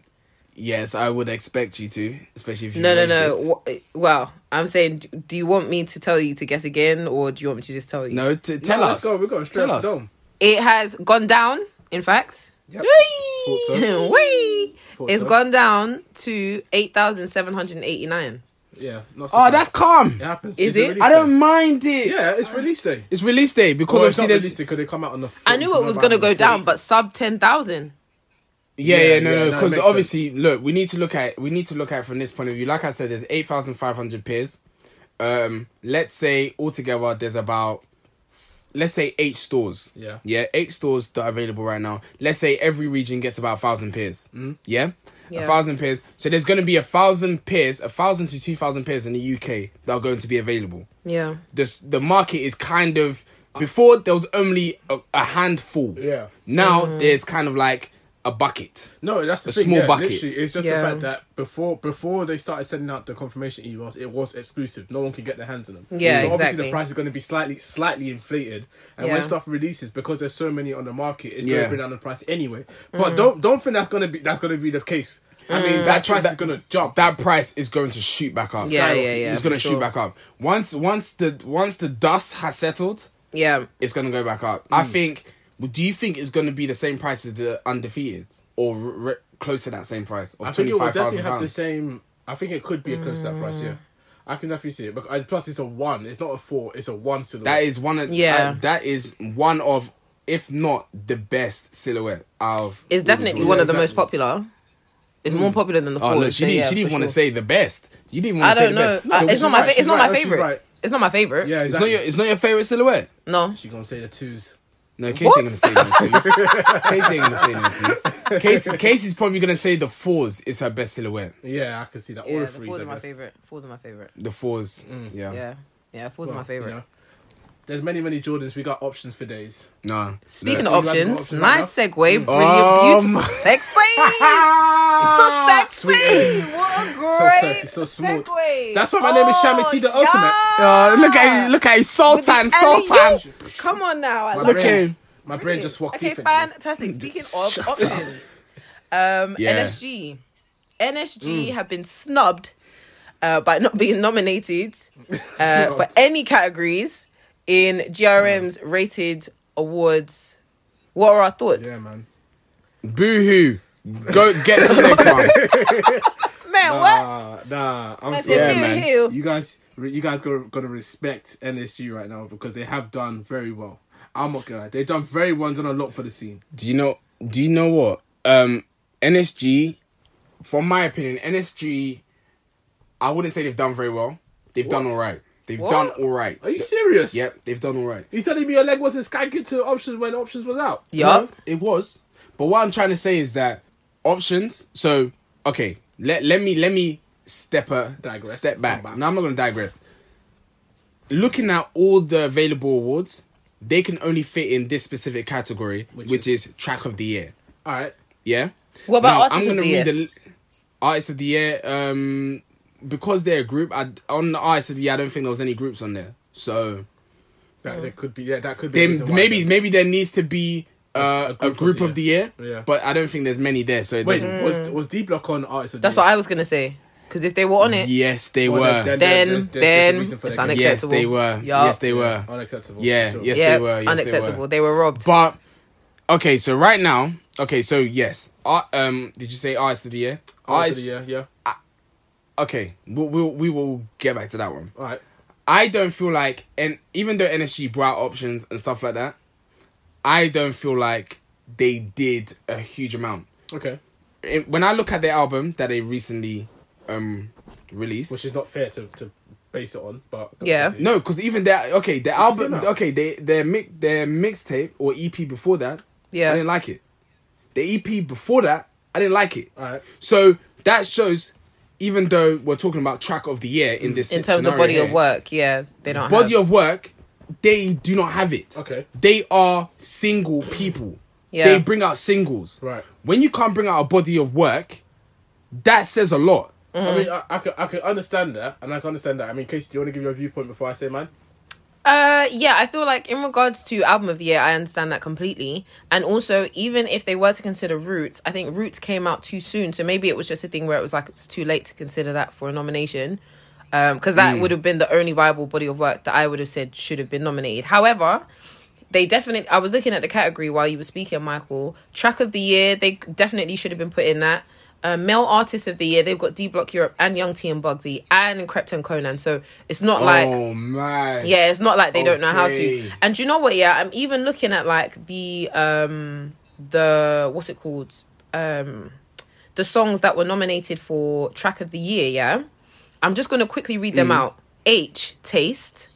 Speaker 1: Yes, I would expect you to, especially if you.
Speaker 2: no, no,
Speaker 1: raised
Speaker 2: no.
Speaker 1: it.
Speaker 2: Wha- eh, Well, I'm saying, do, do you want me to tell you to guess again, or do you want me to just tell you?
Speaker 1: No, t- tell
Speaker 3: No,
Speaker 1: us.
Speaker 3: Let's go. We're going straight
Speaker 1: Tell
Speaker 3: up the
Speaker 1: us.
Speaker 3: dome.
Speaker 2: It has gone down. In fact,
Speaker 3: Yep. Thought so.
Speaker 2: Whee!
Speaker 3: Thought
Speaker 2: It's
Speaker 3: so.
Speaker 2: gone down to eight thousand seven hundred eighty nine.
Speaker 3: Yeah. Not so
Speaker 1: Oh,
Speaker 3: bad.
Speaker 1: that's calm.
Speaker 3: It happens.
Speaker 2: Is
Speaker 3: It's a
Speaker 2: it?
Speaker 3: release
Speaker 1: I
Speaker 3: day.
Speaker 1: don't mind it.
Speaker 3: Yeah, it's release day.
Speaker 1: It's release day because
Speaker 3: Well, it's
Speaker 1: obviously
Speaker 3: not
Speaker 1: there's.
Speaker 3: release day because they come out on the.
Speaker 2: I knew it was gonna go down, but sub ten thousand.
Speaker 1: Yeah,
Speaker 3: Yeah,
Speaker 1: yeah, no,
Speaker 3: yeah,
Speaker 1: no,
Speaker 3: no, it
Speaker 1: because
Speaker 3: makes
Speaker 1: obviously, look, we need to look at we need to look at it from this point of view. Like I said, there's eight thousand five hundred pairs. Um, let's say altogether there's about let's say eight stores.
Speaker 3: Yeah.
Speaker 1: yeah, eight stores that are available right now. Let's say every region gets about thousand pairs.
Speaker 3: Mm-hmm.
Speaker 1: Yeah? a
Speaker 2: Yeah.
Speaker 1: thousand pairs. So there's going to be a thousand pairs, a thousand to two thousand pairs in the UK that are going to be available
Speaker 2: Yeah.
Speaker 1: the the market is kind of before there was only a, a handful.
Speaker 3: Yeah.
Speaker 2: Mm-hmm.
Speaker 1: Now there's kind of like a bucket.
Speaker 3: No, that's the
Speaker 1: A
Speaker 3: thing,
Speaker 1: small
Speaker 3: yeah,
Speaker 1: bucket.
Speaker 3: literally, It's just
Speaker 2: Yeah.
Speaker 3: the fact that before before they started sending out the confirmation emails, it was exclusive. No one could get their hands on them.
Speaker 2: Yeah,
Speaker 3: so obviously
Speaker 2: exactly.
Speaker 3: the price is going to be slightly slightly inflated. And
Speaker 2: Yeah.
Speaker 3: when stuff releases, because there's so many on the market, it's going
Speaker 1: Yeah.
Speaker 3: to bring down the price anyway.
Speaker 2: Mm.
Speaker 3: But don't don't think that's going to be that's going to be the case. I mean, that
Speaker 1: That-
Speaker 3: price is
Speaker 1: that-
Speaker 3: going to jump.
Speaker 1: That price is going to shoot back up.
Speaker 2: Yeah, yeah,
Speaker 1: Skyrocket.
Speaker 2: yeah,
Speaker 1: It's going to
Speaker 3: for
Speaker 1: shoot
Speaker 3: sure.
Speaker 1: back up. Once once the once the dust has settled,
Speaker 2: Yeah.
Speaker 1: it's going to go back up.
Speaker 3: Mm.
Speaker 1: I think. well, Do you think it's going to be the same price as the undefeated, or re- re- close to that same price, or
Speaker 3: I think
Speaker 1: twenty
Speaker 3: it will
Speaker 1: five
Speaker 3: definitely
Speaker 1: thousand
Speaker 3: have the
Speaker 1: pounds? Mm.
Speaker 3: same. I think it could be a close to that price. Yeah, I can definitely see it. Because plus, it's a one. It's not a four. It's a one silhouette.
Speaker 1: That is one of
Speaker 2: Yeah.
Speaker 1: that- that is one of, if not the best silhouette of.
Speaker 2: It's definitely
Speaker 1: all
Speaker 2: one of the most
Speaker 3: exactly.
Speaker 2: popular. It's more popular than the
Speaker 1: Oh
Speaker 2: four.
Speaker 1: look, she
Speaker 2: so
Speaker 1: didn't,
Speaker 2: yeah,
Speaker 1: she didn't
Speaker 2: for
Speaker 1: want to
Speaker 2: sure.
Speaker 1: say the best. You didn't
Speaker 2: I
Speaker 1: want to say
Speaker 2: don't
Speaker 1: the
Speaker 2: know.
Speaker 1: best. So
Speaker 2: Uh, it's
Speaker 1: which-
Speaker 2: not
Speaker 3: she's
Speaker 2: my.
Speaker 3: right,
Speaker 2: fa- it's
Speaker 3: she's
Speaker 2: not
Speaker 3: right,
Speaker 2: my
Speaker 3: no, she's
Speaker 2: favorite.
Speaker 3: right.
Speaker 2: It's not my favorite.
Speaker 3: Yeah,
Speaker 1: It's not
Speaker 3: exactly.
Speaker 1: your. It's not your favorite silhouette.
Speaker 2: No.
Speaker 3: She's gonna say the twos.
Speaker 1: No, Casey ain't gonna say no twos. Casey ain't gonna say no twos. Casey, Casey's probably gonna say the fours is her best silhouette.
Speaker 3: Yeah, I can see that. All
Speaker 2: Yeah,
Speaker 3: the
Speaker 2: the
Speaker 3: threes
Speaker 2: fours
Speaker 3: are
Speaker 2: are my
Speaker 3: best,
Speaker 2: favorite. Fours are my favorite.
Speaker 1: The fours. Yeah.
Speaker 2: Mm, Yeah. Yeah, fours are my
Speaker 3: you
Speaker 2: favorite.
Speaker 3: know. There's many, many Jordans. We got options for days.
Speaker 1: Nah.
Speaker 2: Speaking
Speaker 1: Look.
Speaker 2: of
Speaker 3: You had more
Speaker 2: options,
Speaker 3: options,
Speaker 2: nice segue. Brilliant,
Speaker 3: Um,
Speaker 1: Oh
Speaker 2: beautiful,
Speaker 1: my-
Speaker 2: sexy. so
Speaker 1: Ah!
Speaker 2: sexy. What a great
Speaker 3: sexy, so smooth.
Speaker 2: segue. Oh,
Speaker 3: That's why my name is Shamity the Ultimate.
Speaker 1: Uh, look at you, look at you, Sultan, Sultan.
Speaker 2: Come on now. I
Speaker 3: My
Speaker 2: love
Speaker 1: Look
Speaker 2: it.
Speaker 1: at him.
Speaker 3: My brain just walked
Speaker 2: Okay,
Speaker 3: different.
Speaker 2: fantastic. Speaking of options, um,
Speaker 1: Yeah. Mm.
Speaker 2: NSG, NSG have been snubbed uh, by not being nominated uh, for
Speaker 3: Snubbed.
Speaker 2: any categories in GRM's
Speaker 1: Mm.
Speaker 2: rated awards. What are our thoughts,
Speaker 3: Yeah, man.
Speaker 1: Boo hoo. Go get to the next one.
Speaker 2: man? What?
Speaker 3: Nah, nah. I'm
Speaker 2: Ah! That's
Speaker 3: sorry.
Speaker 1: Yeah,
Speaker 2: a
Speaker 1: man.
Speaker 2: man.
Speaker 3: You guys, you guys gotta gotta respect NSG right now because they have done very well. I'm not gonna. lie, They've done very well and done a lot for the scene.
Speaker 1: Do you know? Do you know what? Um, NSG, from my opinion, NSG, I wouldn't say they've done very well. They've done
Speaker 3: What?
Speaker 1: all right. They've
Speaker 2: What?
Speaker 1: done all right.
Speaker 3: Are you serious?
Speaker 1: Yep, they've done all right.
Speaker 3: You telling me your leg wasn't staggered to options when options was out?
Speaker 2: Yup.
Speaker 1: No, it was. But what I'm trying to say is that options. So okay, let let me let me step a
Speaker 3: Digress.
Speaker 1: step back.
Speaker 3: Come back.
Speaker 1: No, I'm not going to digress. Looking at all the available awards, they can only fit in this specific category, which, is, track of the year.
Speaker 3: All right.
Speaker 1: Yeah.
Speaker 2: What about
Speaker 1: Now,
Speaker 2: artists
Speaker 1: I'm
Speaker 2: of
Speaker 1: gonna
Speaker 2: the
Speaker 1: read
Speaker 2: year?
Speaker 1: the artists of the year. Um, because they're a group, I on the artists of the year, I don't think there was any groups on there. So
Speaker 3: That, that could be. Yeah, that could be. a
Speaker 1: then
Speaker 3: reason why
Speaker 1: maybe
Speaker 3: they-
Speaker 1: maybe there needs to be uh, a,
Speaker 3: A- a
Speaker 1: group, of, the year.
Speaker 3: Yeah.
Speaker 1: But I don't think there's many there. So it
Speaker 3: Wait,
Speaker 1: doesn't-
Speaker 3: was was D Block on artists?
Speaker 2: That's what I was gonna say. Because if they were on it,
Speaker 1: yes, they
Speaker 3: Well,
Speaker 1: were.
Speaker 3: then-
Speaker 2: then
Speaker 3: There's- there's- there's a
Speaker 2: then
Speaker 3: reason for
Speaker 2: it's
Speaker 3: that game.
Speaker 1: yes,
Speaker 2: unacceptable.
Speaker 1: they were.
Speaker 2: Yeah.
Speaker 1: Yes, they were.
Speaker 3: unacceptable.
Speaker 1: Yeah,
Speaker 3: for sure.
Speaker 1: yes,
Speaker 2: yeah,
Speaker 1: they were. Yes,
Speaker 2: unacceptable.
Speaker 1: They were.
Speaker 2: They were robbed.
Speaker 1: But okay, so right now, okay, so yes, uh, um, did you say artists of the year? Artists.
Speaker 3: Artists of the year. Yeah.
Speaker 1: Okay, we'll, we'll we will get back to that one.
Speaker 3: All right.
Speaker 1: I don't feel like, and even though NSG brought out options and stuff like that, I don't feel like they did a huge amount.
Speaker 3: Okay.
Speaker 1: It- When I look at their album that they recently um released,
Speaker 3: Which is not fair to, to base it on, but
Speaker 2: Yeah.
Speaker 1: no, because even their okay, their album,
Speaker 3: came out.
Speaker 1: okay, they their mi- their mixtape or EP before that,
Speaker 2: Yeah.
Speaker 1: I didn't like it. The EP before that, I didn't like it.
Speaker 3: All right.
Speaker 1: So that shows, even though we're talking about track of the year in this
Speaker 2: Mm. in terms of
Speaker 1: scenario
Speaker 2: body of
Speaker 1: here,
Speaker 2: work, yeah, they don't.
Speaker 1: body
Speaker 2: have.
Speaker 1: of work, they do not have it.
Speaker 3: Okay.
Speaker 1: They are single people.
Speaker 2: Yeah.
Speaker 1: They bring out singles.
Speaker 3: Right.
Speaker 1: When you can't bring out a body of work, that says a lot.
Speaker 3: I mean, I, I could I could understand that, and I can understand that. I mean, Casey, do you want to give your viewpoint before I say mine?
Speaker 2: Uh, yeah, I feel like in regards to album of the year, I understand that completely. And also, even if they were to consider Roots, I think Roots came out too soon, so maybe it was just a thing where it was like it was too late to consider that for a nomination. Um, because that would have been the only viable body of work that I would have said should have been nominated. However, they definitely. I was looking at the category while you were speaking, Michael. Track of the year, they definitely should have been put in that. Uh, male artist of the year, they've got D Block Europe and Young T and Bugsy and Krypton Conan. So it's not like
Speaker 1: oh man.
Speaker 2: yeah, it's not like they don't know how to.
Speaker 1: Okay.
Speaker 2: And do you know what? Yeah, I'm even looking at like the um the what's it called um the songs that were nominated for track of the year. Yeah, I'm just gonna quickly read them out. H Taste,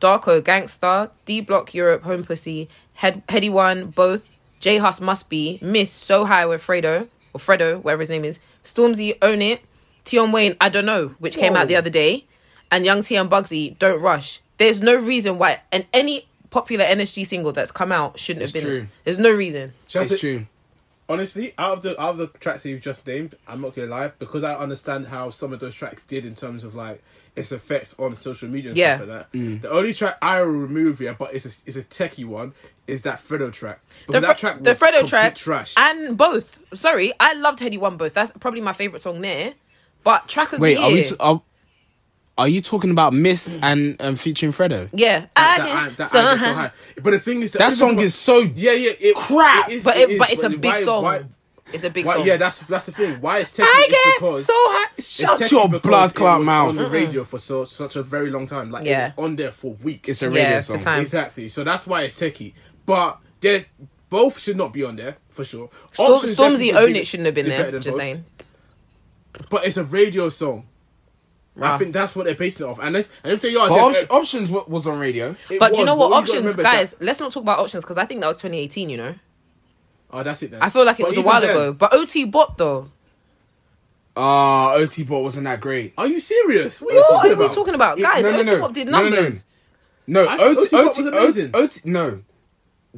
Speaker 2: Darko Gangsta, D Block Europe Home Pussy, Head Heady One, both J Hus Must Be, Miss So High with Fredo or Fredo, whatever his name is, Stormzy Own It, Tion Wayne I don't know, which came out the other day, and Young T and Bugsy Don't Rush. There's no reason why, and any popular NSG single that's come out shouldn't have been.
Speaker 1: true.
Speaker 2: There's no reason.
Speaker 3: Shall I
Speaker 1: It's
Speaker 3: say-
Speaker 1: true.
Speaker 3: Honestly, out of the out of the tracks that you've just named, I'm not gonna lie because I understand how some of those tracks did in terms of like its effects on social media and
Speaker 2: Yeah.
Speaker 3: stuff like that.
Speaker 1: Mm.
Speaker 3: The only track I will remove here, but it's a, it's a techie one, is that Fredo track.
Speaker 2: The,
Speaker 3: Because
Speaker 2: Fre-
Speaker 3: that track
Speaker 2: the
Speaker 3: was
Speaker 2: Fredo
Speaker 3: complete
Speaker 2: track,
Speaker 3: trash.
Speaker 2: and both. Sorry, I loved Heady One both. That's probably my favorite song there. But track of
Speaker 1: Wait,
Speaker 2: the
Speaker 1: are
Speaker 2: year,
Speaker 1: we? T-
Speaker 3: uh,
Speaker 1: are, are you talking about Mist and um, featuring Fredo?
Speaker 2: yeah,
Speaker 3: that,
Speaker 2: I
Speaker 3: that,
Speaker 2: get
Speaker 3: I- that,
Speaker 2: so uh-huh.
Speaker 3: I get so
Speaker 2: high.
Speaker 3: high. But the thing is, the
Speaker 1: That
Speaker 3: only
Speaker 1: song
Speaker 3: reason
Speaker 1: is so
Speaker 3: why- yeah yeah it,
Speaker 1: crap.
Speaker 3: is-
Speaker 2: but it,
Speaker 3: is,
Speaker 2: but it's a
Speaker 3: it-
Speaker 2: big
Speaker 3: why-
Speaker 2: song.
Speaker 3: why-
Speaker 2: it's a big
Speaker 3: why-
Speaker 2: song.
Speaker 3: yeah, that's that's the thing. Why it's techie
Speaker 1: I
Speaker 3: is
Speaker 1: get
Speaker 3: because
Speaker 1: so high.
Speaker 3: It's
Speaker 1: Shut
Speaker 3: techie
Speaker 1: your
Speaker 3: because
Speaker 1: blood
Speaker 3: it
Speaker 1: clot
Speaker 3: was on
Speaker 1: mouth.
Speaker 3: the radio for so, such a very long time. Like
Speaker 2: Yeah.
Speaker 3: it was on there for weeks.
Speaker 1: It's a
Speaker 2: Yeah,
Speaker 1: radio
Speaker 2: it's the
Speaker 1: song.
Speaker 2: time.
Speaker 3: exactly. So that's why it's techie. But there, both should not be on there for sure.
Speaker 2: Storm,
Speaker 3: Options
Speaker 2: Stormzy
Speaker 3: definitely
Speaker 2: Own
Speaker 3: did-
Speaker 2: It shouldn't have been
Speaker 3: did better
Speaker 2: there.
Speaker 3: than
Speaker 2: Just
Speaker 3: both.
Speaker 2: saying.
Speaker 3: But it's a radio song.
Speaker 2: Wow.
Speaker 3: I think that's what they're basing it off. And, if- and if they are,
Speaker 1: But
Speaker 3: then-
Speaker 1: Opt- options wa- was on radio.
Speaker 3: it
Speaker 2: But do you
Speaker 3: was,
Speaker 2: know what?
Speaker 3: all gotta
Speaker 2: Options,
Speaker 3: remember is that-
Speaker 2: guys. Let's not talk about options because I think that was 2018. You know,
Speaker 3: oh, that's it. Then.
Speaker 2: I feel like it
Speaker 3: But
Speaker 2: was a
Speaker 3: even
Speaker 2: while
Speaker 3: then-
Speaker 2: ago. But OT Bot though.
Speaker 1: Ah, OT Bot wasn't that great.
Speaker 3: Are you serious?
Speaker 2: What
Speaker 3: What, are you
Speaker 2: are we talking about,
Speaker 1: It-
Speaker 2: guys?
Speaker 1: no, no,
Speaker 2: OT
Speaker 1: no.
Speaker 2: Bop did
Speaker 1: No, no, no.
Speaker 2: numbers.
Speaker 1: No, OT,
Speaker 3: I thought
Speaker 1: OT,
Speaker 3: OT Bot was
Speaker 1: OT,
Speaker 3: amazing.
Speaker 1: OT, no.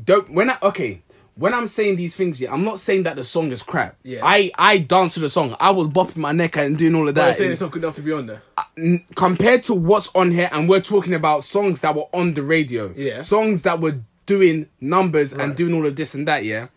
Speaker 1: Don't, when I, okay, when I'm saying these things, yeah, I'm not saying that the song is crap.
Speaker 3: Yeah.
Speaker 1: I, I danced to the song. I was bopping my neck and doing all of
Speaker 3: I'm
Speaker 1: that.
Speaker 3: saying it's not good enough to be on there.
Speaker 1: N- compared to what's on here, and we're talking about songs that were on the radio.
Speaker 3: Yeah.
Speaker 1: Songs that were doing numbers and
Speaker 3: Right.
Speaker 1: doing all of this and that, yeah.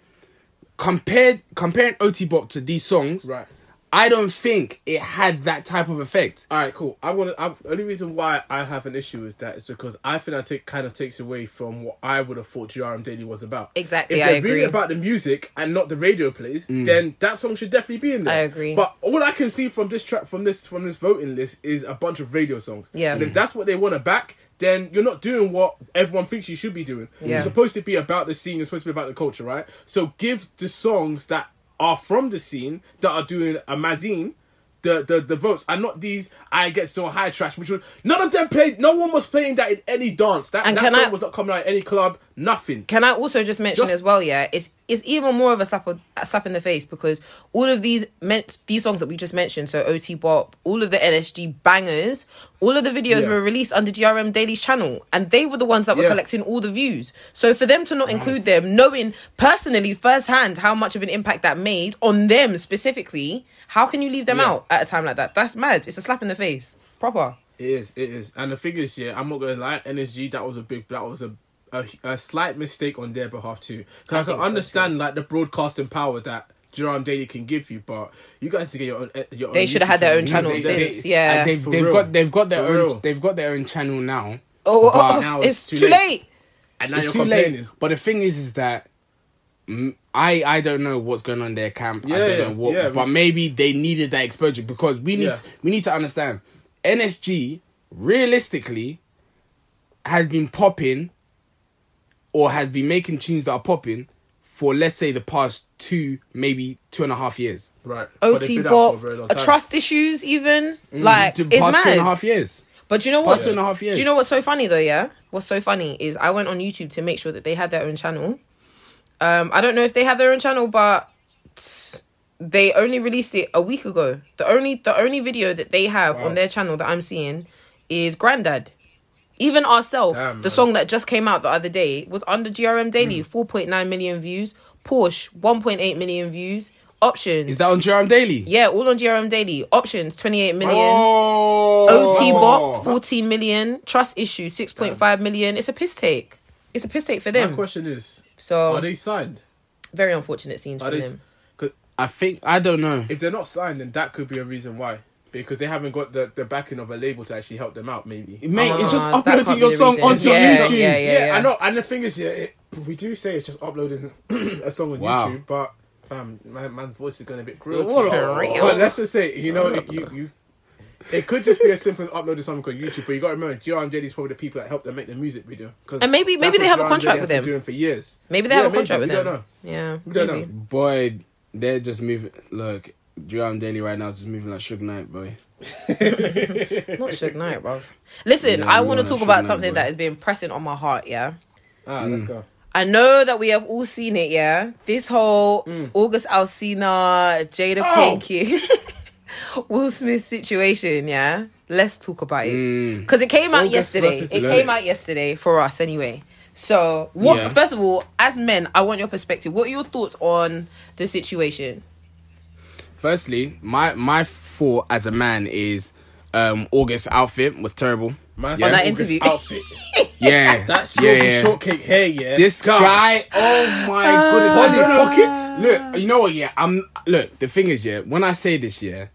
Speaker 1: Compared, comparing OT Bop to these songs,
Speaker 3: Right.
Speaker 1: I don't think it had that type of effect.
Speaker 3: All right, cool. I'm gonna. I'm, the only reason why I have an issue with that is because I think that take kind of takes away from what I would have thought GRM Daily was about.
Speaker 2: Exactly,
Speaker 3: If
Speaker 2: I
Speaker 3: they're
Speaker 2: agree.
Speaker 3: really about the music and not the radio plays, then that song should definitely be in there.
Speaker 2: I agree.
Speaker 3: But all I can see from this track, from this, from this voting list, is a bunch of radio songs.
Speaker 2: Yeah.
Speaker 3: And if that's what they want to back, then you're not doing what everyone thinks you should be doing.
Speaker 2: Yeah.
Speaker 3: You're supposed to be about the scene. You're supposed to be about the culture, right? So give the songs that are from the scene that are doing a magazine the, the the votes and not these I get so high trash which was none of them played no one was playing that in any dance that,
Speaker 2: And
Speaker 3: that
Speaker 2: can
Speaker 3: song
Speaker 2: I-
Speaker 3: was not coming out in any club nothing
Speaker 2: Can I also just mention
Speaker 3: Just-
Speaker 2: as well? Yeah, it's it's even more of a slap, a slap in the face because all of these meant these songs that we just mentioned, so OT Bop, all of the LSG bangers, all of the videos
Speaker 3: Yeah.
Speaker 2: were released under GRM Daily's channel, and they were the ones that were
Speaker 3: Yeah.
Speaker 2: collecting all the views. So for them to not include them, knowing personally firsthand how much of an impact that made on them specifically, how can you leave them
Speaker 3: Yeah.
Speaker 2: out at a time like that? That's mad. It's a slap in the face, proper.
Speaker 3: it is it is and the thing is yeah I'm not gonna lie NSG that was a big that was a a, a slight mistake on their behalf too because I, can understand like the broadcasting power that Jerome Daily can give you but you guys to get your own eh, your
Speaker 2: They
Speaker 3: own
Speaker 2: should have
Speaker 3: YouTube
Speaker 2: had their own
Speaker 3: channel.
Speaker 2: channel
Speaker 3: They- they-
Speaker 2: since,
Speaker 3: they-
Speaker 2: yeah.
Speaker 1: And uh, they've
Speaker 3: For
Speaker 1: they've
Speaker 3: real.
Speaker 1: got they've got their
Speaker 3: For
Speaker 1: own
Speaker 3: real.
Speaker 1: they've got their own channel now.
Speaker 2: Oh,
Speaker 1: But
Speaker 3: now
Speaker 2: it's, too, late.
Speaker 3: and now
Speaker 1: it's
Speaker 3: you're
Speaker 1: too
Speaker 3: complaining
Speaker 1: late. But the thing is, is that mm, I I don't know what's going on in their camp. I
Speaker 3: Yeah,
Speaker 1: don't
Speaker 3: yeah,
Speaker 1: know what,
Speaker 3: yeah.
Speaker 1: but maybe they needed that exposure because we need
Speaker 3: Yeah.
Speaker 1: we need to understand NSG realistically has been popping or has been making tunes that are popping for let's say the past two maybe two and a half years.
Speaker 3: right But they've
Speaker 2: OT
Speaker 3: been out for a
Speaker 2: bot,
Speaker 3: very long
Speaker 2: uh,
Speaker 3: time.
Speaker 2: trust issues, even like
Speaker 1: The
Speaker 2: it's
Speaker 1: past
Speaker 2: mad.
Speaker 1: Mm-hmm. two and a half years.
Speaker 2: But do you know what?
Speaker 1: two and a half years.
Speaker 2: Do you know what's so funny though? Yeah, what's so funny is I went on YouTube to make sure that they had their own channel. Um, I don't know if they have their own channel, but they only released it a week ago. The only the only video that they have on their channel that I'm seeing is Grandad. Even ourselves,
Speaker 3: Damn,
Speaker 2: the
Speaker 3: man.
Speaker 2: song that just came out the other day was under GRM
Speaker 1: Hmm.
Speaker 2: Daily, 4.9 million views. Porsche, 1.8 million views. Options.
Speaker 1: Is that on Jerome Daily?
Speaker 2: Yeah, all on GRM Daily. Options, 28 million.
Speaker 1: Oh,
Speaker 2: OT bot, 14 million. Trust issue, 6.5 million. It's a piss take. It's a piss take for
Speaker 3: My
Speaker 2: them.
Speaker 3: question is,
Speaker 2: So,
Speaker 3: are they signed?
Speaker 2: very unfortunate scenes
Speaker 3: Are
Speaker 2: for
Speaker 3: they?
Speaker 2: them.
Speaker 3: 'cause
Speaker 1: I think I don't know.
Speaker 3: if they're not signed, then that could be a reason why, because they haven't got the, the backing of a label to actually help them out. Maybe. Yeah,
Speaker 1: Mate, it's just
Speaker 2: Ah, that can't
Speaker 1: uploading
Speaker 2: be
Speaker 1: your
Speaker 2: the
Speaker 1: song
Speaker 2: reason.
Speaker 1: onto
Speaker 2: Yeah,
Speaker 1: YouTube.
Speaker 2: yeah, yeah.
Speaker 3: I know. And the thing is, yeah, it, we do say it's just uploading a song on
Speaker 1: Wow.
Speaker 3: YouTube, but fam, my my voice is going a bit grilled.
Speaker 2: What a real-
Speaker 3: But let's just say, you know, if you you. It could just be as simple as uploading something on YouTube, but you got to remember, GR and JD is probably the people that helped them make the music video. 'cause
Speaker 2: And maybe-
Speaker 3: that's
Speaker 2: maybe
Speaker 3: what
Speaker 2: they have a
Speaker 3: GR and JD
Speaker 2: contract
Speaker 3: have
Speaker 2: with
Speaker 3: been
Speaker 2: them.
Speaker 3: doing for years.
Speaker 2: Maybe they
Speaker 3: Yeah,
Speaker 2: have a contract
Speaker 3: maybe.
Speaker 2: with
Speaker 3: We
Speaker 2: them.
Speaker 3: don't know.
Speaker 2: Yeah.
Speaker 3: We don't
Speaker 2: maybe.
Speaker 3: know.
Speaker 1: Boy, they're just moving. Look, Jerome Daly right now is just moving like Suge Knight, boy.
Speaker 2: Not Suge Knight, bro. Listen,
Speaker 1: Yeah,
Speaker 2: I
Speaker 1: you
Speaker 2: want to
Speaker 1: are
Speaker 2: talk
Speaker 1: Suge
Speaker 2: about
Speaker 1: Knight,
Speaker 2: something
Speaker 1: boy.
Speaker 2: that has been pressing on my heart, yeah?
Speaker 3: Ah, let's
Speaker 2: Mm.
Speaker 3: go.
Speaker 2: I know that we have all seen it, yeah? This whole
Speaker 1: Mm.
Speaker 2: August Alcina, Jada
Speaker 3: Oh.
Speaker 2: Pinky, Will Smith situation,
Speaker 1: Mm.
Speaker 2: yeah? Let's talk about it. Because it came out
Speaker 3: August
Speaker 2: yesterday.
Speaker 3: versus
Speaker 2: It
Speaker 3: Deluxe.
Speaker 2: came out yesterday for us, anyway. So, what?
Speaker 1: Yeah.
Speaker 2: First of all, as men, I want your perspective. What are your thoughts on the situation?
Speaker 1: Firstly, my my thought as a man is um August outfit was terrible.
Speaker 3: Man,
Speaker 1: Yeah.
Speaker 2: On that
Speaker 3: August
Speaker 2: interview.
Speaker 3: outfit.
Speaker 1: Yeah,
Speaker 3: That's
Speaker 1: yeah,
Speaker 3: strawberry
Speaker 1: yeah.
Speaker 3: shortcake hair, yeah.
Speaker 1: This
Speaker 3: Gosh.
Speaker 1: guy, oh my
Speaker 2: Ah.
Speaker 1: goodness, I
Speaker 3: Holiday
Speaker 1: didn't know-
Speaker 3: pockets.
Speaker 1: Look, you know what? Yeah, I'm. Look, the thing is, yeah, when I say this, yeah,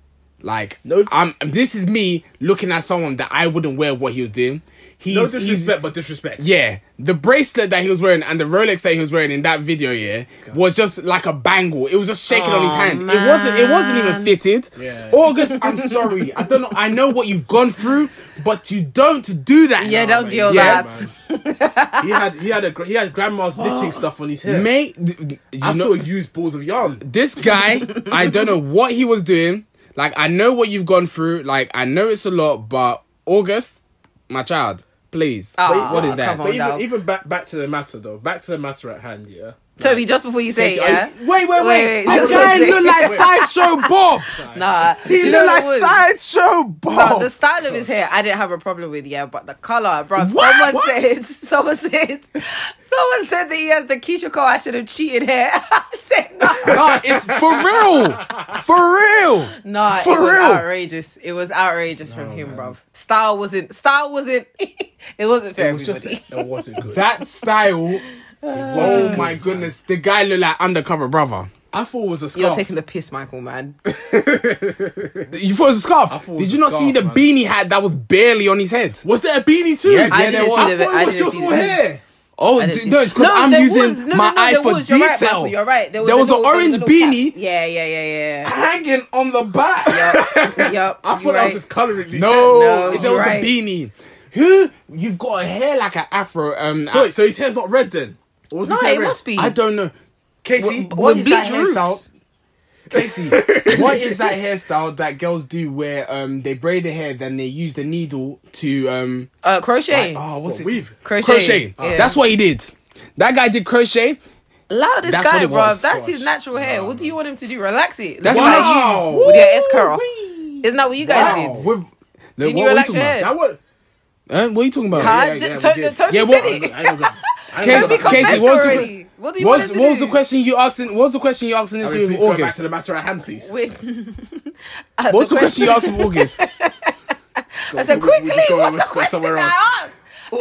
Speaker 1: like,
Speaker 3: No-
Speaker 1: no, I'm. This is me looking at someone that I wouldn't wear what he was doing. He's,
Speaker 3: No
Speaker 1: he's-
Speaker 3: disrespect, but disrespect.
Speaker 1: yeah, the bracelet that he was wearing and the Rolex that he was wearing in that video, yeah, was just like a bangle. It was just shaking on his
Speaker 2: Aw,
Speaker 1: hand. It wasn't. It wasn't even fitted.
Speaker 3: Yeah.
Speaker 1: August, I'm sorry. I don't know. I know what you've gone through, but you don't do that.
Speaker 2: Yeah,
Speaker 1: now.
Speaker 2: don't deal
Speaker 1: Yeah.
Speaker 2: that.
Speaker 3: He had he had a gra- he had grandma's knitting stuff on his hair.
Speaker 1: Mate, you
Speaker 3: I
Speaker 1: know-
Speaker 3: saw used balls of yarn.
Speaker 1: this guy, I don't know what he was doing. Like, I know what you've gone through. Like, I know it's a lot, but August, my child, please.
Speaker 2: Ah,
Speaker 1: what is that?
Speaker 2: come on.
Speaker 3: But even,
Speaker 2: dog.
Speaker 3: even back back to the matter though, back to the matter at hand, yeah.
Speaker 2: Toby, just before you say it,
Speaker 3: Are you-
Speaker 2: yeah.
Speaker 1: Wait, wait, wait.
Speaker 2: Wait, wait,
Speaker 1: the
Speaker 2: just
Speaker 1: guy
Speaker 2: one
Speaker 1: looked
Speaker 2: sec.
Speaker 1: like Sideshow Bob.
Speaker 2: Nah, do
Speaker 1: He
Speaker 2: you know
Speaker 1: looked
Speaker 2: what
Speaker 1: like
Speaker 2: it was?
Speaker 1: Sideshow
Speaker 2: But
Speaker 1: Bob.
Speaker 2: the style of his hair, I didn't have a problem with, yeah. But the color, bro.
Speaker 1: What?
Speaker 2: Someone
Speaker 1: What?
Speaker 2: said, someone said, someone said that he has the Keisha Cole. I should have cheated hair. I said no.
Speaker 1: Nah, it's for real. For real.
Speaker 2: No,
Speaker 1: For
Speaker 2: it was
Speaker 1: real?
Speaker 2: outrageous. It was outrageous
Speaker 3: Oh,
Speaker 2: from him, bruv. Style wasn't. Style wasn't. it wasn't fair.
Speaker 3: It was just
Speaker 2: everybody.
Speaker 3: it wasn't good.
Speaker 1: That style. Oh my goodness. The guy looked like undercover brother.
Speaker 3: I thought it was a
Speaker 2: You're
Speaker 3: scarf.
Speaker 2: taking the piss, Michael, man.
Speaker 1: You thought it was a scarf.
Speaker 3: thought it was
Speaker 1: Did
Speaker 3: a
Speaker 1: you not see
Speaker 3: scarf,
Speaker 1: the
Speaker 3: man.
Speaker 1: beanie hat that was barely on his head?
Speaker 3: was there a beanie too?
Speaker 1: Yeah, I
Speaker 3: I
Speaker 1: yeah, there didn't was. see
Speaker 3: I
Speaker 1: the-
Speaker 3: thought
Speaker 2: I
Speaker 3: it was
Speaker 2: didn't
Speaker 3: just
Speaker 2: see
Speaker 3: all
Speaker 2: the-
Speaker 3: hair.
Speaker 1: Oh,
Speaker 2: I
Speaker 1: d-
Speaker 2: didn't see
Speaker 1: no,
Speaker 2: it.
Speaker 1: it's because
Speaker 2: No,
Speaker 1: I'm
Speaker 2: there
Speaker 1: using
Speaker 2: was- no, no,
Speaker 1: my
Speaker 2: no, there
Speaker 1: eye for
Speaker 2: was. You're right,
Speaker 1: detail.
Speaker 2: Michael, you're right. There was,
Speaker 1: There
Speaker 2: a
Speaker 1: was an
Speaker 2: little-
Speaker 1: orange
Speaker 2: a little cap.
Speaker 1: beanie.
Speaker 2: Yeah, yeah, yeah,
Speaker 1: hanging on the back.
Speaker 2: yeah. Yep. yep.
Speaker 3: I thought
Speaker 2: you're
Speaker 3: I
Speaker 2: right.
Speaker 3: was just colouring. these hair.
Speaker 1: No,
Speaker 2: No,
Speaker 1: there was
Speaker 2: right.
Speaker 1: a beanie. Who? You've got a hair like an afro. Um,
Speaker 3: So,
Speaker 1: I,
Speaker 3: wait, so his hair's not red then? Or was
Speaker 2: No,
Speaker 3: his hair
Speaker 2: it
Speaker 3: red?
Speaker 2: must be.
Speaker 1: I don't know.
Speaker 3: Casey,
Speaker 1: What-
Speaker 3: what
Speaker 1: what
Speaker 3: is
Speaker 1: bleach
Speaker 3: that
Speaker 1: roots?
Speaker 3: hairstyle?
Speaker 1: Casey, what is that hairstyle that girls do where um they braid their hair then they use the needle to um
Speaker 2: Uh, crochet.
Speaker 1: oh what's
Speaker 3: What,
Speaker 1: it
Speaker 3: weave?
Speaker 2: crochet.
Speaker 1: crochet? Ah,
Speaker 2: Yeah.
Speaker 1: That's what he did. That guy did crochet.
Speaker 2: Loudest
Speaker 1: That's what
Speaker 2: guy,
Speaker 1: it
Speaker 2: bro.
Speaker 1: was.
Speaker 2: That's his natural hair. What do you want him to do? Relax it.
Speaker 1: That's
Speaker 2: Look
Speaker 1: what
Speaker 2: like
Speaker 1: I-
Speaker 2: you with your S curl.
Speaker 1: Woo-wee.
Speaker 2: Isn't that what you guys
Speaker 1: Wow. With,
Speaker 2: did? Didn't
Speaker 1: what
Speaker 2: you
Speaker 1: were
Speaker 2: relax
Speaker 1: talking
Speaker 2: your
Speaker 1: about?
Speaker 2: hair?
Speaker 3: Oh, That was.
Speaker 1: Huh? What are you talking about?
Speaker 2: Huh?
Speaker 3: Yeah,
Speaker 2: D-
Speaker 3: yeah, we
Speaker 2: Tony-
Speaker 3: did.
Speaker 2: Tony
Speaker 1: Yeah,
Speaker 2: said
Speaker 1: what-
Speaker 2: it.
Speaker 3: I don't know. I don't
Speaker 1: Casey-
Speaker 3: know.
Speaker 2: Toby confessed
Speaker 1: Casey, what was the-
Speaker 2: already. What do you
Speaker 1: What
Speaker 2: want
Speaker 1: was,
Speaker 2: him to
Speaker 1: what was the
Speaker 2: do?
Speaker 1: question you asked? In, what was the question you asked in this
Speaker 3: Sorry,
Speaker 1: with
Speaker 3: please go back
Speaker 1: August?
Speaker 3: to the matter at hand, please.
Speaker 2: With- Uh,
Speaker 1: What's the question you asked with August?
Speaker 2: I said,
Speaker 3: We- we- we
Speaker 2: quickly,
Speaker 3: go-
Speaker 2: what's
Speaker 3: let's
Speaker 2: the
Speaker 3: go
Speaker 2: question
Speaker 3: somewhere Oh.
Speaker 2: that I asked? Um,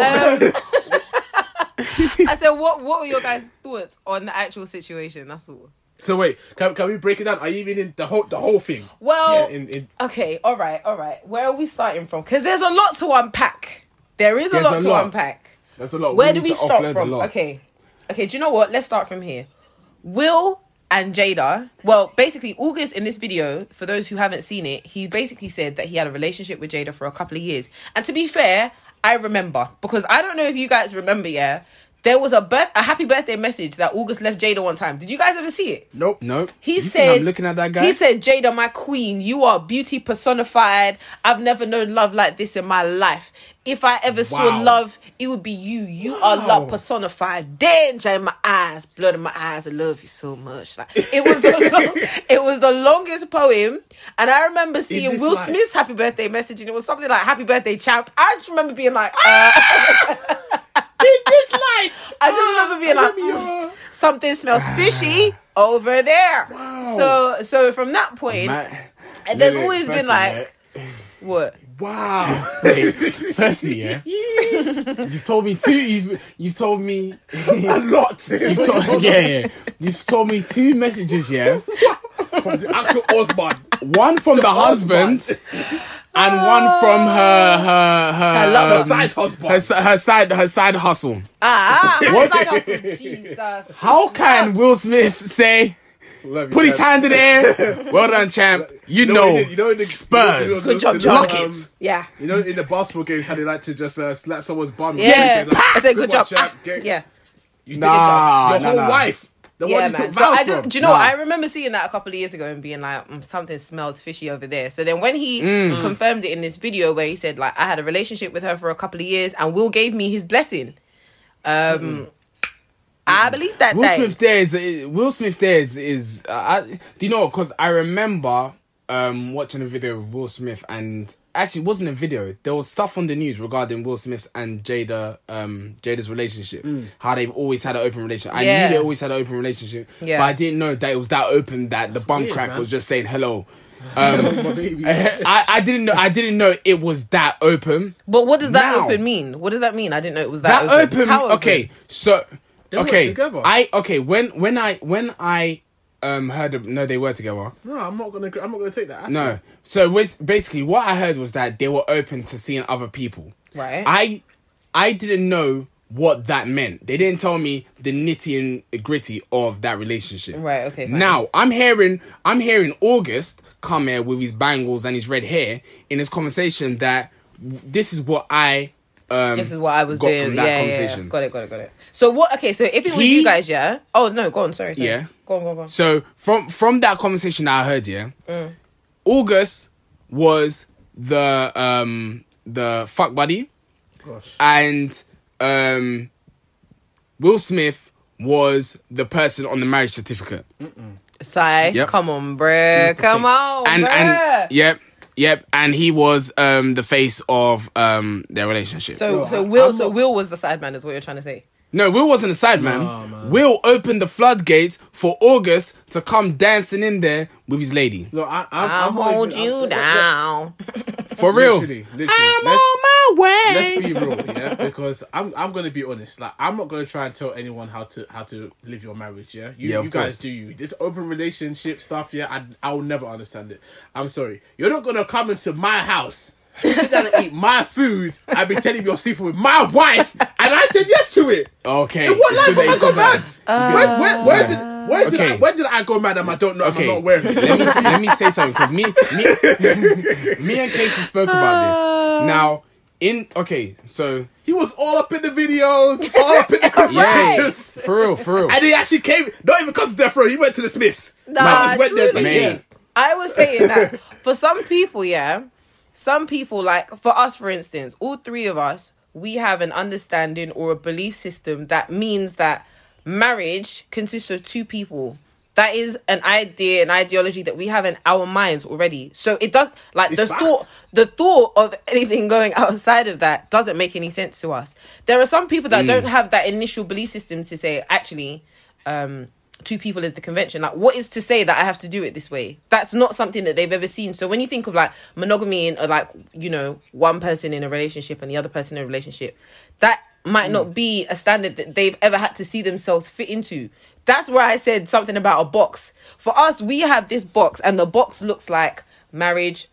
Speaker 2: I said, what What were your guys' thoughts on the actual situation? That's all.
Speaker 3: So wait, can, can we break it down? Are you meaning the whole the whole thing?
Speaker 2: Well,
Speaker 3: Yeah, in- in-
Speaker 2: okay, all right, all right. Where are we starting from? Because there's a lot to unpack. There is a
Speaker 1: There's
Speaker 2: lot
Speaker 1: a
Speaker 2: to
Speaker 1: lot.
Speaker 2: unpack.
Speaker 1: That's a lot.
Speaker 2: Where do
Speaker 1: need
Speaker 2: we
Speaker 1: to
Speaker 2: start
Speaker 1: offload
Speaker 2: from?
Speaker 1: a lot.
Speaker 2: Okay. Okay, do you know what? Let's start from here. Will and Jada, well, basically, August in this video, for those who haven't seen it, he basically said that he had a relationship with Jada for a couple of years. And to be fair, I remember because I don't know if you guys remember, yeah, there was a birth- a happy birthday message that August left Jada one time. Did you guys ever see it?
Speaker 3: nope.
Speaker 1: Nope.
Speaker 2: He
Speaker 1: You think
Speaker 2: said,
Speaker 1: I'm looking at that guy.
Speaker 2: He said, Jada, my queen, you are beauty personified. I've never known love like this in my life. If I ever saw
Speaker 1: Wow.
Speaker 2: love, it would be you. You are love personified. Danger in my eyes, blood in my eyes. I love you so much. Like it was the long- it was the longest poem. And I remember seeing
Speaker 3: this
Speaker 2: Will
Speaker 3: like-
Speaker 2: Smith's happy birthday message, and it was something like happy birthday champ. I just remember being like, uh,
Speaker 3: This life.
Speaker 2: I just remember being like, "Mm, something smells fishy over there. So so from that point.
Speaker 1: Man.
Speaker 2: And there's
Speaker 1: Wait, wait,
Speaker 2: always been
Speaker 1: firstly,
Speaker 2: like,
Speaker 1: yeah.
Speaker 2: what?
Speaker 3: Wow.
Speaker 1: Wait, firstly, yeah. You've told me two. You've you've told me.
Speaker 3: a lot.
Speaker 1: You've told yeah, yeah. You've told me two messages, yeah.
Speaker 3: from the actual Osman.
Speaker 1: One from the, husband, and one from her her her
Speaker 2: Her lover.
Speaker 3: The side husband.
Speaker 1: her, s- her side her side hustle.
Speaker 2: Ah, ah,
Speaker 1: What?
Speaker 2: side hustle, Jesus.
Speaker 1: How can Will Smith say?
Speaker 3: Love you,
Speaker 1: Put his
Speaker 3: Dad.
Speaker 1: hand in the air. Well done, champ. You
Speaker 3: You know,
Speaker 1: know,
Speaker 3: in the- you know, in the-
Speaker 1: spurred.
Speaker 3: you know, in the-
Speaker 2: Good job,
Speaker 3: in the-
Speaker 2: John.
Speaker 1: Lock
Speaker 3: um,
Speaker 1: it.
Speaker 2: Yeah.
Speaker 3: You know, in the basketball games, how they like to just uh, slap someone's bum.
Speaker 2: Yeah.
Speaker 3: They say,
Speaker 2: I said good job.
Speaker 3: Jack,
Speaker 2: Ah,
Speaker 3: get-
Speaker 2: yeah.
Speaker 3: You did
Speaker 1: Nah,
Speaker 3: your job. Your
Speaker 1: nah,
Speaker 3: whole
Speaker 1: nah.
Speaker 3: wife. The one
Speaker 2: Yeah,
Speaker 3: you took
Speaker 2: man. So I
Speaker 3: vows
Speaker 2: just,
Speaker 3: from.
Speaker 2: do you know,
Speaker 1: Nah.
Speaker 2: what? I remember seeing that a couple of years ago and being like, mm, something smells fishy over there. So then when he confirmed it in this video where he said, like, I had a relationship with her for a couple of years and Will gave me his blessing. Um, I believe that
Speaker 1: Will eh,
Speaker 2: day.
Speaker 1: Smith there is Will Smith there is, is uh, I, do you know because I remember um, watching a video of Will Smith, and actually, it wasn't a video. There was stuff on the news regarding Will Smith's and Jada, um, Jada's relationship. How they've always had an open relationship. I
Speaker 2: Mm. Yeah.
Speaker 1: knew they always had an open relationship,
Speaker 2: Yeah.
Speaker 1: but I didn't know that it was that open that the bum
Speaker 3: weird,
Speaker 1: crack
Speaker 3: man.
Speaker 1: was just saying hello. Um,
Speaker 3: My baby.
Speaker 1: I, I didn't know. I didn't know it was that open.
Speaker 2: But what does that
Speaker 1: Now.
Speaker 2: open mean? What does that mean? I didn't know it was that,
Speaker 1: that open,
Speaker 2: How open?
Speaker 1: okay so
Speaker 3: were
Speaker 1: okay
Speaker 3: together.
Speaker 1: i okay when when i when i um heard of, no they were together
Speaker 3: no, I'm not gonna. I'm not gonna take that.
Speaker 1: no so was basically what i heard was that they were open to seeing other people
Speaker 2: Right.
Speaker 1: i i didn't know what that meant they didn't tell me the nitty and gritty of that relationship
Speaker 2: Right, okay, fine.
Speaker 1: now i'm hearing i'm hearing august come here with his bangles and his red hair in his conversation that this is what i um
Speaker 2: This is what I was
Speaker 1: got
Speaker 2: doing.
Speaker 1: from that
Speaker 2: yeah, yeah,
Speaker 1: conversation
Speaker 2: Yeah, Got it, got it, got it. So what? Okay, so if it was
Speaker 1: He-
Speaker 2: you guys, yeah. Oh no, go on. Sorry. sorry.
Speaker 1: Yeah.
Speaker 2: Go on, go on, go on.
Speaker 1: So from from that conversation that I heard, yeah,
Speaker 3: Mm.
Speaker 1: August was the um the fuck buddy,
Speaker 3: Gosh.
Speaker 1: and um Will Smith was the person on the marriage certificate.
Speaker 3: Oh,
Speaker 2: Sigh.
Speaker 1: Yep.
Speaker 2: Come on, bruh.
Speaker 3: the
Speaker 2: Come
Speaker 3: face.
Speaker 2: on,
Speaker 1: and
Speaker 2: bruh.
Speaker 1: and yep, yep, and he was um the face of um their relationship.
Speaker 2: so
Speaker 3: Bro,
Speaker 2: so
Speaker 3: I'm
Speaker 2: Will
Speaker 3: not-
Speaker 2: so Will was the side man, is what you're trying to say.
Speaker 1: No, Will wasn't a side man.
Speaker 3: Nah, man.
Speaker 1: Will opened the floodgates for August to come dancing in there with his lady.
Speaker 3: No, I, I'm,
Speaker 2: I'll
Speaker 3: I'm not
Speaker 2: hold
Speaker 3: even-
Speaker 2: you
Speaker 3: I'm-
Speaker 2: down.
Speaker 1: For real.
Speaker 3: Literally, literally.
Speaker 1: I'm
Speaker 3: Let's-
Speaker 1: on my way.
Speaker 3: let's be real, yeah, because I'm I'm gonna be honest. Like I'm not gonna try and tell anyone how to how to live your marriage. Yeah, you,
Speaker 1: Yeah, of
Speaker 3: you guys
Speaker 1: course.
Speaker 3: do you. This open relationship stuff. Yeah, I I'll never understand it. I'm sorry. You're not gonna come into my house. Sit down and eat my food. I've been telling you you're sleeping with my wife, and I said yes to it.
Speaker 1: Okay.
Speaker 3: In what
Speaker 1: it's good
Speaker 3: life
Speaker 1: that
Speaker 3: am I
Speaker 1: you said
Speaker 3: so mad?
Speaker 1: that.
Speaker 3: where, where, where
Speaker 1: Yeah.
Speaker 3: did where did I
Speaker 1: Okay.
Speaker 3: where did I go mad? And I don't know. and
Speaker 1: Okay.
Speaker 3: I'm not aware of it.
Speaker 1: let me let me say something because me me me and Casey spoke about
Speaker 3: Uh.
Speaker 1: this. Now in okay, so
Speaker 3: He was all up in the videos, all up in the Christmas
Speaker 1: yeah,
Speaker 3: pictures.
Speaker 1: for real, for real.
Speaker 3: And he actually came, don't even come to Death Row, he went to the Smiths.
Speaker 2: Nah,
Speaker 3: I just went there to
Speaker 2: truly.
Speaker 1: Mate.
Speaker 2: I was saying that for some people, yeah, some people like for us, for instance, all three of us, we have an understanding or a belief system that means that marriage consists of two people. That is an idea, an ideology that we have in our minds already. So it does like the
Speaker 3: fact.
Speaker 2: thought, the thought of anything going outside of that doesn't make any sense to us. There are some people that don't have that initial belief system to say, actually, um two people is the convention like what is to say that i have to do it this way that's not something that they've ever seen so when you think of like monogamy and uh, like you know one person in a relationship and the other person in a relationship that might not be a standard that they've ever had to see themselves fit into that's where i said something about a box for us we have this box and the box looks like marriage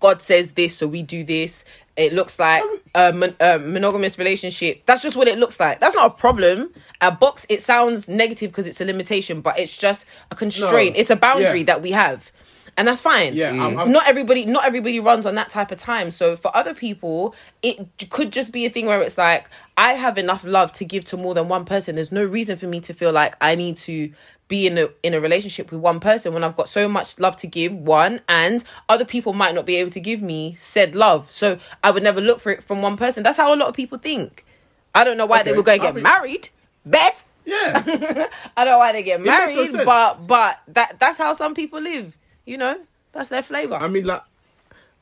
Speaker 2: God says this, so we do this. It looks like a, mon- a monogamous relationship. That's just what it looks like. That's not a problem. A box, it sounds negative because it's a limitation, but it's just a constraint.
Speaker 3: No.
Speaker 2: It's a boundary
Speaker 3: Yeah.
Speaker 2: that we have. And that's fine. Mm.
Speaker 3: Yeah, I'm- I'm-
Speaker 2: not everybody, not everybody runs on that type of time. So for other people, it j- could just be a thing where it's like, I have enough love to give to more than one person. There's no reason for me to feel like I need to be in a in a relationship with one person when I've got so much love to give one and other people might not be able to give me said love. So I would never look for it from one person. That's how a lot of people think. I don't know why they
Speaker 3: Okay,
Speaker 2: were going to
Speaker 3: I
Speaker 2: get
Speaker 3: mean-
Speaker 2: married. Bet
Speaker 3: Yeah.
Speaker 2: I don't know why they get
Speaker 3: makes no
Speaker 2: married,
Speaker 3: sense.
Speaker 2: but but that that's how some people live. You know, that's their flavor.
Speaker 3: I mean, like,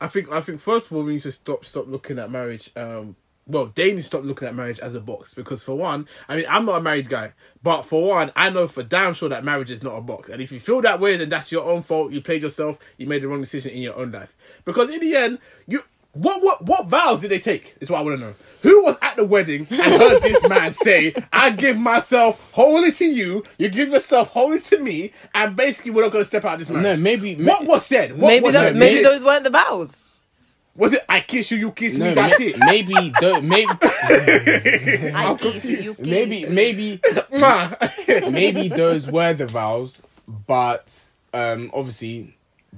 Speaker 3: I think, I think first of all, we need to stop, stop looking at marriage. Um, well, they need to stop looking at marriage as a box because, for one, I mean, I'm not a married guy, but for one, I know for damn sure that marriage is not a box. And if you feel that way, then that's your own fault. You played yourself. You made the wrong decision in your own life. Because in the end, you. What, what what vows did they take? Is what I want to know. Who was at the wedding and heard this man say, "I give myself wholly to you, you give yourself wholly to me," and basically we're not going to step out of this marriage.
Speaker 1: No, maybe-
Speaker 3: what
Speaker 1: may-
Speaker 3: was said? What
Speaker 2: maybe
Speaker 3: was
Speaker 2: those,
Speaker 3: said?
Speaker 1: it?
Speaker 2: maybe
Speaker 1: May-
Speaker 2: those weren't the vows.
Speaker 3: Was it I kiss you, you kiss me?
Speaker 1: No,
Speaker 3: That's
Speaker 1: may-
Speaker 3: it.
Speaker 1: maybe don't maybe
Speaker 2: I kiss you, you kiss.
Speaker 1: maybe maybe
Speaker 3: Ma.
Speaker 1: maybe those were the vows, but um obviously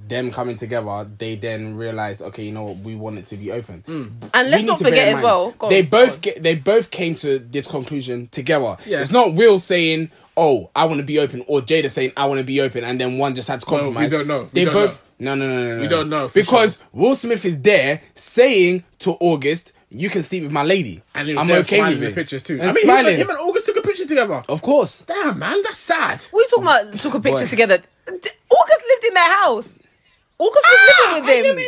Speaker 1: them coming together, they then realized, okay, you know what, we want it to be open.
Speaker 3: Mm.
Speaker 2: and let's
Speaker 1: we need
Speaker 2: not
Speaker 1: to bear in
Speaker 2: forget as
Speaker 1: mind,
Speaker 2: well. go on,
Speaker 1: they
Speaker 2: go
Speaker 1: both
Speaker 2: on.
Speaker 1: get, they both came to this conclusion together.
Speaker 3: Yeah.
Speaker 1: It's not Will saying, "Oh, I want to be open," or Jada saying, "I want to be open," and then one just had to
Speaker 3: we
Speaker 1: compromise.
Speaker 3: don't know.
Speaker 1: They
Speaker 3: We don't
Speaker 1: both no no no no no. We
Speaker 3: don't know, for
Speaker 1: because Will Smith is there saying to August, "You can sleep with my lady."
Speaker 3: And he was
Speaker 1: I'm
Speaker 3: there
Speaker 1: okay
Speaker 3: smiling
Speaker 1: with
Speaker 3: in
Speaker 1: it.
Speaker 3: the pictures too.
Speaker 1: And
Speaker 3: I mean, him and-
Speaker 1: smiling,
Speaker 3: Him, and August took a picture together.
Speaker 1: of course.
Speaker 3: Damn, man, that's sad.
Speaker 2: What are you talking about? Took a picture
Speaker 1: Boy.
Speaker 2: together. D- August lived in their house. August was
Speaker 1: Ah,
Speaker 2: living
Speaker 3: Ah,
Speaker 2: with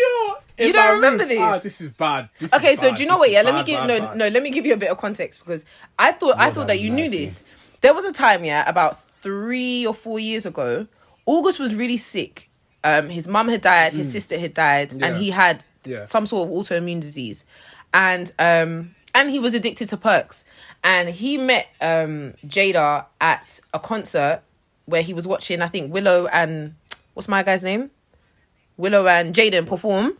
Speaker 2: him.
Speaker 3: You
Speaker 2: don't remember this?
Speaker 3: Ah, this is bad. This
Speaker 2: Okay,
Speaker 3: is
Speaker 2: so
Speaker 3: bad.
Speaker 2: do you know
Speaker 3: This
Speaker 2: what?
Speaker 3: is
Speaker 2: Yeah, let me
Speaker 3: bad,
Speaker 2: give
Speaker 3: bad,
Speaker 2: no
Speaker 3: bad.
Speaker 2: no let me give you a bit of context because I thought I thought that you knew
Speaker 3: mercy.
Speaker 2: this. There was a time, yeah, about three or four years ago, August was really sick. Um, his mum had died, his sister had died, and
Speaker 3: Hmm. Yeah.
Speaker 2: he had
Speaker 3: Yeah.
Speaker 2: some sort of autoimmune disease, and um, and he was addicted to perks, and he met um Jada at a concert where he was watching, I think Willow and what's my guy's name, Willow and Jaden perform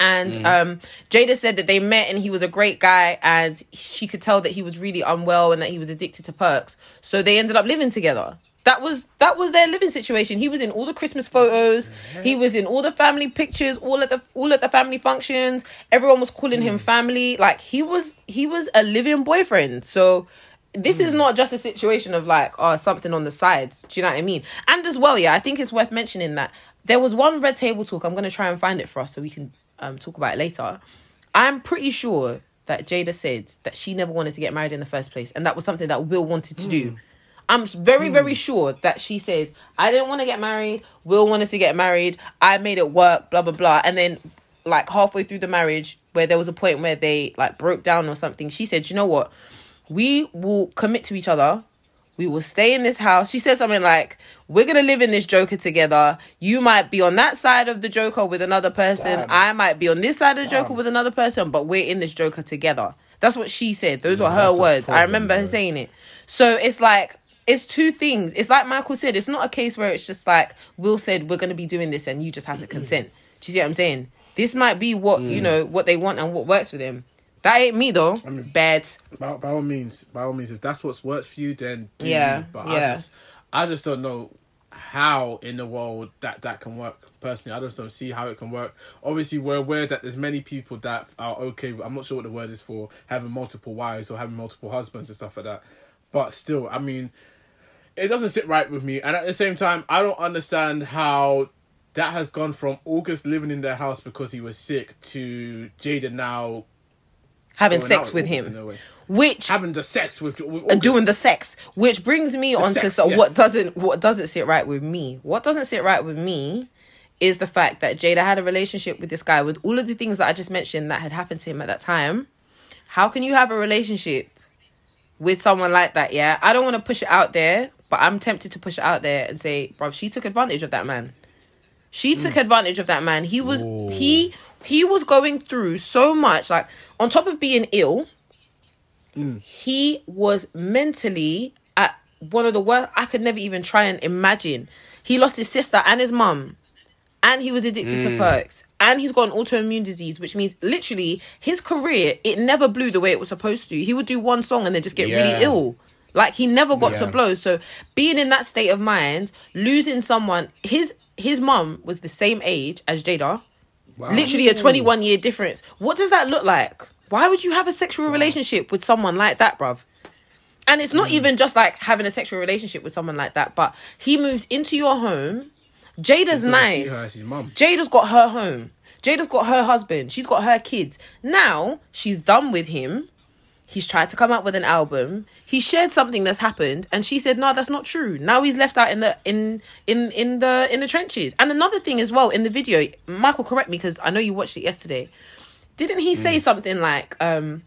Speaker 2: and um, Jada said that they met and he was a great guy and she could tell that he was really unwell and that he was addicted to perks. So they ended up living together. That was that was their living situation. He was in all the Christmas photos. He was in all the family pictures, all at the all at the family functions. Everyone was calling him family. Like he was he was a living boyfriend. So this is not just a situation of like oh something on the side. Do you know what I mean? And as well, yeah, I think it's worth mentioning that there was one red table talk. I'm gonna try and find it for us so we can um, talk about it later. I'm pretty sure that Jada said that she never wanted to get married in the first place, and that was something that Will wanted to do. I'm s- very, very sure that she said, I didn't want to get married. Will wanted to get married. I made it work, blah, blah, blah. And then, like, halfway through the marriage, where there was a point where they, like, broke down or something, she said, You know what? We will commit to each other. We will stay in this house. She said something like, We're going to live in this Joker together. You might be on that side of the Joker with another person. I might be on this side of the Joker with another person, but we're in this Joker together. That's what she said. Those were her
Speaker 3: that's a
Speaker 2: words. I
Speaker 3: problem,
Speaker 2: remember her
Speaker 3: bro.
Speaker 2: saying it. So it's like, it's two things. It's like Michael said, it's not a case where it's just like, Will said, We're going to be doing this and you just have to consent. Do you see what I'm saying? This might be what,
Speaker 3: Mm.
Speaker 2: you know, what they want and what works for them. That ain't me though. Bad.
Speaker 3: by, by all means, by all means, if that's what's worked for you, then do.
Speaker 2: Yeah,
Speaker 3: you. But
Speaker 2: yeah.
Speaker 3: I just, I just don't know how in the world that that can work. Personally, I just don't see how it can work. Obviously, we're aware that there's many people that are okay. with- I'm not sure what the word is for having multiple wives or having multiple husbands and stuff like that. But still, I mean, it doesn't sit right with me. And at the same time, I don't understand how that has gone from August living in their house because he was sick to Jada now
Speaker 2: Having
Speaker 3: going
Speaker 2: sex
Speaker 3: out
Speaker 2: with
Speaker 3: August in a
Speaker 2: him.
Speaker 3: way.
Speaker 2: Which
Speaker 3: having the sex with, with
Speaker 2: and
Speaker 3: August.
Speaker 2: doing the sex, which brings me onto
Speaker 3: sex,
Speaker 2: so
Speaker 3: yes.
Speaker 2: what doesn't what doesn't sit right with me. What doesn't sit right with me is the fact that Jada had a relationship with this guy with all of the things that I just mentioned that had happened to him at that time. How can you have a relationship with someone like that? Yeah, I don't want to push it out there, but I'm tempted to push it out there and say, bruv, she took advantage of that man. She took
Speaker 3: Mm.
Speaker 2: advantage of that man. He was he he was going through so much, like on top of being ill he was mentally at one of the worst i could never even try and imagine he lost his sister and his mum and he was addicted
Speaker 1: Mm.
Speaker 2: to perks and he's got an autoimmune disease which means literally his career it never blew the way it was supposed to he would do one song and then just get
Speaker 1: Yeah.
Speaker 2: really ill like he never got to
Speaker 1: Yeah.
Speaker 2: blow so being in that state of mind losing someone his his mum was the same age as jada literally a 21 year difference what does that look like why would you have a sexual relationship with someone like that bruv and it's
Speaker 3: Mm.
Speaker 2: not even just like having a sexual relationship with someone like that but he moved into your home jada's
Speaker 3: gonna see her
Speaker 2: nice
Speaker 3: as his mum.
Speaker 2: jada's got her home jada's got her husband she's got her kids now she's done with him he's tried to come out with an album he shared something that's happened and she said no that's not true now he's left out in the in in in the in the trenches and another thing as well in the video michael correct me because i know you watched it yesterday didn't he
Speaker 1: Mm.
Speaker 2: say something like um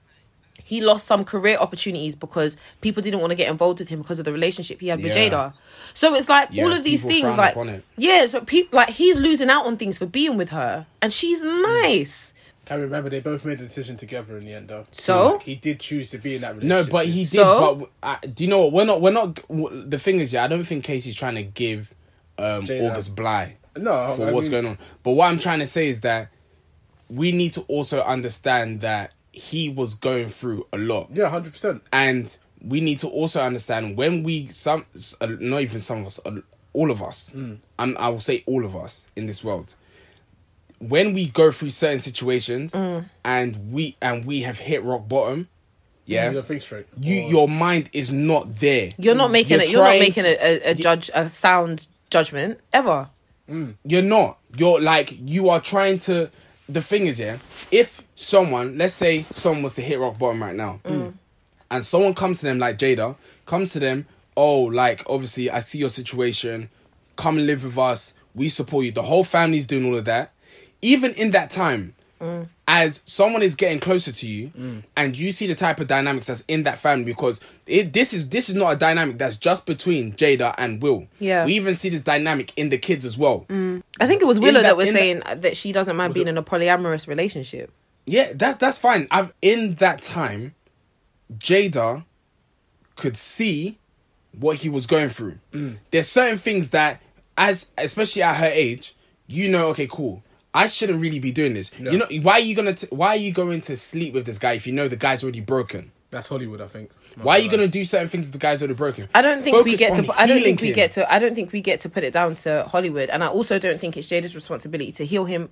Speaker 2: he lost some career opportunities because people didn't want to get involved with him because of the relationship he had with
Speaker 1: Yeah.
Speaker 2: jada so it's like
Speaker 1: Yeah,
Speaker 2: all of these
Speaker 1: people
Speaker 2: things
Speaker 1: frown
Speaker 2: like
Speaker 1: upon it.
Speaker 2: yeah so people like he's losing out on things for being with her and she's
Speaker 1: Mm.
Speaker 2: nice
Speaker 3: I remember they both made the decision together in the end, though.
Speaker 2: So?
Speaker 3: Like, he did choose to be in that
Speaker 1: No,
Speaker 3: relationship.
Speaker 1: but he did.
Speaker 2: So?
Speaker 1: But uh, do you know what? We're not. We're not. w- The thing is, yeah, I don't think Casey's trying to give um,
Speaker 3: Jada.
Speaker 1: August Bly
Speaker 3: No,
Speaker 1: for
Speaker 3: I
Speaker 1: what's
Speaker 3: mean-
Speaker 1: going on. But what I'm trying to say is that we need to also understand that he was going through a lot,
Speaker 3: yeah, hundred percent.
Speaker 1: and we need to also understand when we some s- uh, not even some of us, uh, all of us.
Speaker 3: Hmm.
Speaker 1: I'm, I will say all of us in this world. When we go through certain situations and we and we have hit rock bottom, yeah,
Speaker 3: You don't think straight.
Speaker 1: you
Speaker 3: Or-
Speaker 1: your mind is not there.
Speaker 2: you're not
Speaker 1: Mm.
Speaker 2: making
Speaker 1: You're
Speaker 2: it you're not
Speaker 1: trying
Speaker 2: making a,
Speaker 1: to-
Speaker 2: a, a judge a sound judgment ever
Speaker 1: You're not. You're like you are trying to. The thing is, yeah. If someone, let's say, someone was to hit rock bottom right now, and someone comes to them like Jada, comes to them, oh, like obviously I see your situation, come and live with us. we support you. The whole family's doing all of that. Even in that time, as someone is getting closer to you, and you see the type of dynamics that's in that family, because it, this is this is not a dynamic that's just between Jada and Will.
Speaker 2: Yeah.
Speaker 1: we even see this dynamic in the kids as well.
Speaker 2: I think it was Willow
Speaker 1: that-
Speaker 2: that, was
Speaker 1: in that-
Speaker 2: saying that, she doesn't mind being in a polyamorous relationship.
Speaker 1: Yeah, that that's fine. I've in that time, Jada could see what he was going through. There's certain things that, as especially at her age, you know. Okay, cool. I shouldn't really be doing this. You know why are you gonna t- why are you going to sleep with this guy if you know the guy's already broken?
Speaker 3: That's Hollywood, I think.
Speaker 1: Why are you gonna do certain things if the guy's already broken?
Speaker 2: I don't think we
Speaker 1: Focus
Speaker 2: get
Speaker 1: on
Speaker 2: to. I don't
Speaker 1: healing
Speaker 2: think we
Speaker 1: him.
Speaker 2: get to. I don't think we get to put it down to Hollywood, and I also don't think it's Jada's responsibility to heal him.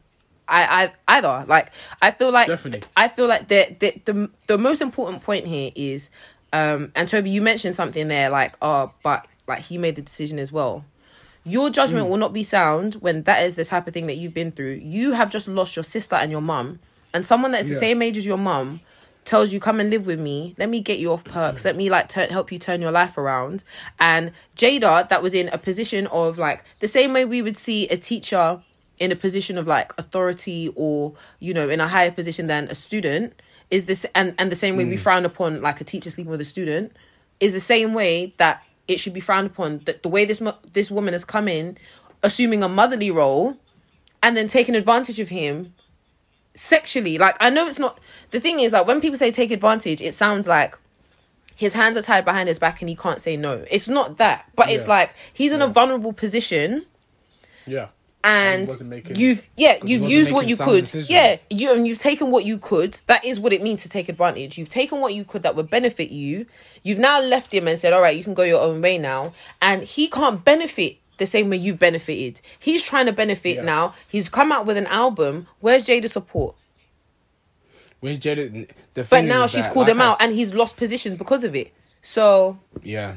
Speaker 2: I, I either like I feel like
Speaker 3: Definitely.
Speaker 2: I feel like the the the, the most important point here is, um, and Toby, you mentioned something there like oh, but like he made the decision as well. Your judgment will not be sound when that is the type of thing that you've been through. You have just lost your sister and your mum, and someone that's
Speaker 3: Yeah.
Speaker 2: the same age as your mum tells you come and live with me. Let me get you off perks. Let me like tur help you turn your life around. And Jada, that was in a position of like the same way we would see a teacher in a position of like authority or you know in a higher position than a student is this and and the same way we
Speaker 3: Mm.
Speaker 2: frown upon like a teacher sleeping with a student is the same way that it should be frowned upon that the way this mo- this woman has come in assuming a motherly role and then taking advantage of him sexually like i know it's not the thing is like when people say take advantage it sounds like his hands are tied behind his back and he can't say no it's not that but it's
Speaker 3: Yeah.
Speaker 2: like he's in a vulnerable position
Speaker 3: Yeah. And he
Speaker 2: and
Speaker 3: wasn't making-
Speaker 2: you've yeah
Speaker 3: he
Speaker 2: you've
Speaker 3: wasn't
Speaker 2: used what
Speaker 1: making
Speaker 2: you
Speaker 1: sound
Speaker 2: could
Speaker 1: decisions.
Speaker 2: yeah you and you've taken what you could that is what it means to take advantage you've taken what you could that would benefit you you've now left him and said all right you can go your own way now and he can't benefit the same way you benefited he's trying to benefit
Speaker 3: Yeah.
Speaker 2: now he's come out with an album where's jada support
Speaker 1: Where's Jada? The
Speaker 2: but
Speaker 1: thing
Speaker 2: now
Speaker 1: is
Speaker 2: she's
Speaker 1: that,
Speaker 2: called
Speaker 1: like
Speaker 2: him
Speaker 1: I
Speaker 2: out
Speaker 1: s-
Speaker 2: and he's lost positions because of it so
Speaker 1: yeah,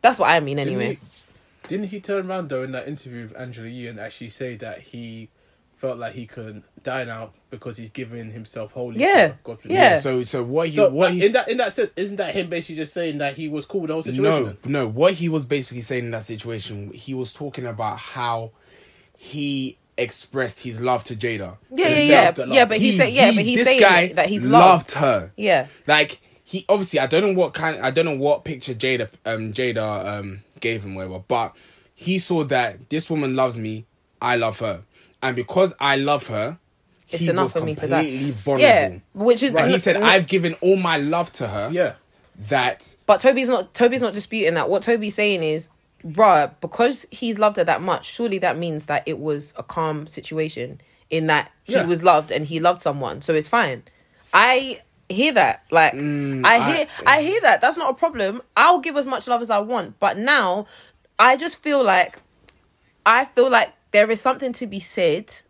Speaker 2: that's what i mean anyway
Speaker 3: Didn't he, didn't he turn around though in that interview with Angela Yee and actually say that he felt like he could die now because he's giving himself wholly? to
Speaker 2: Yeah.
Speaker 3: God
Speaker 2: Yeah.
Speaker 1: yeah. So so uh, what he
Speaker 3: So
Speaker 1: what he
Speaker 3: in that in that sense, isn't that him basically just saying that he was cool with the whole situation?
Speaker 1: No, no. What he was basically saying in that situation, he was talking about how he expressed his love to Jada.
Speaker 2: yeah yeah
Speaker 1: He
Speaker 2: yeah
Speaker 1: said-
Speaker 3: that
Speaker 2: yeah but he, said yeah but he's
Speaker 1: this
Speaker 2: saying
Speaker 1: guy
Speaker 2: that he's
Speaker 1: loved
Speaker 2: loved,
Speaker 1: her.
Speaker 2: yeah
Speaker 1: Like he obviously, I don't know what kind, I don't know what picture Jada, um, Jada, um, gave him, whatever. But he saw that this woman loves me. I love her, and because I love her,
Speaker 2: It's
Speaker 1: he
Speaker 2: enough
Speaker 1: was
Speaker 2: for me to die.
Speaker 1: completely vulnerable.
Speaker 2: yeah which is
Speaker 1: And he said, "I've given all my love to her.
Speaker 3: Yeah.
Speaker 1: that."
Speaker 2: But Toby's not Toby's not disputing that. What Toby's saying is, bruh, because he's loved her that much, surely that means that it was a calm situation in that
Speaker 3: Yeah.
Speaker 2: he was loved and he loved someone. So it's fine. I hear that. Like I hear I, hear that. That's not a problem. I'll give as much love as I want. But now I just feel like I feel like there is something to be said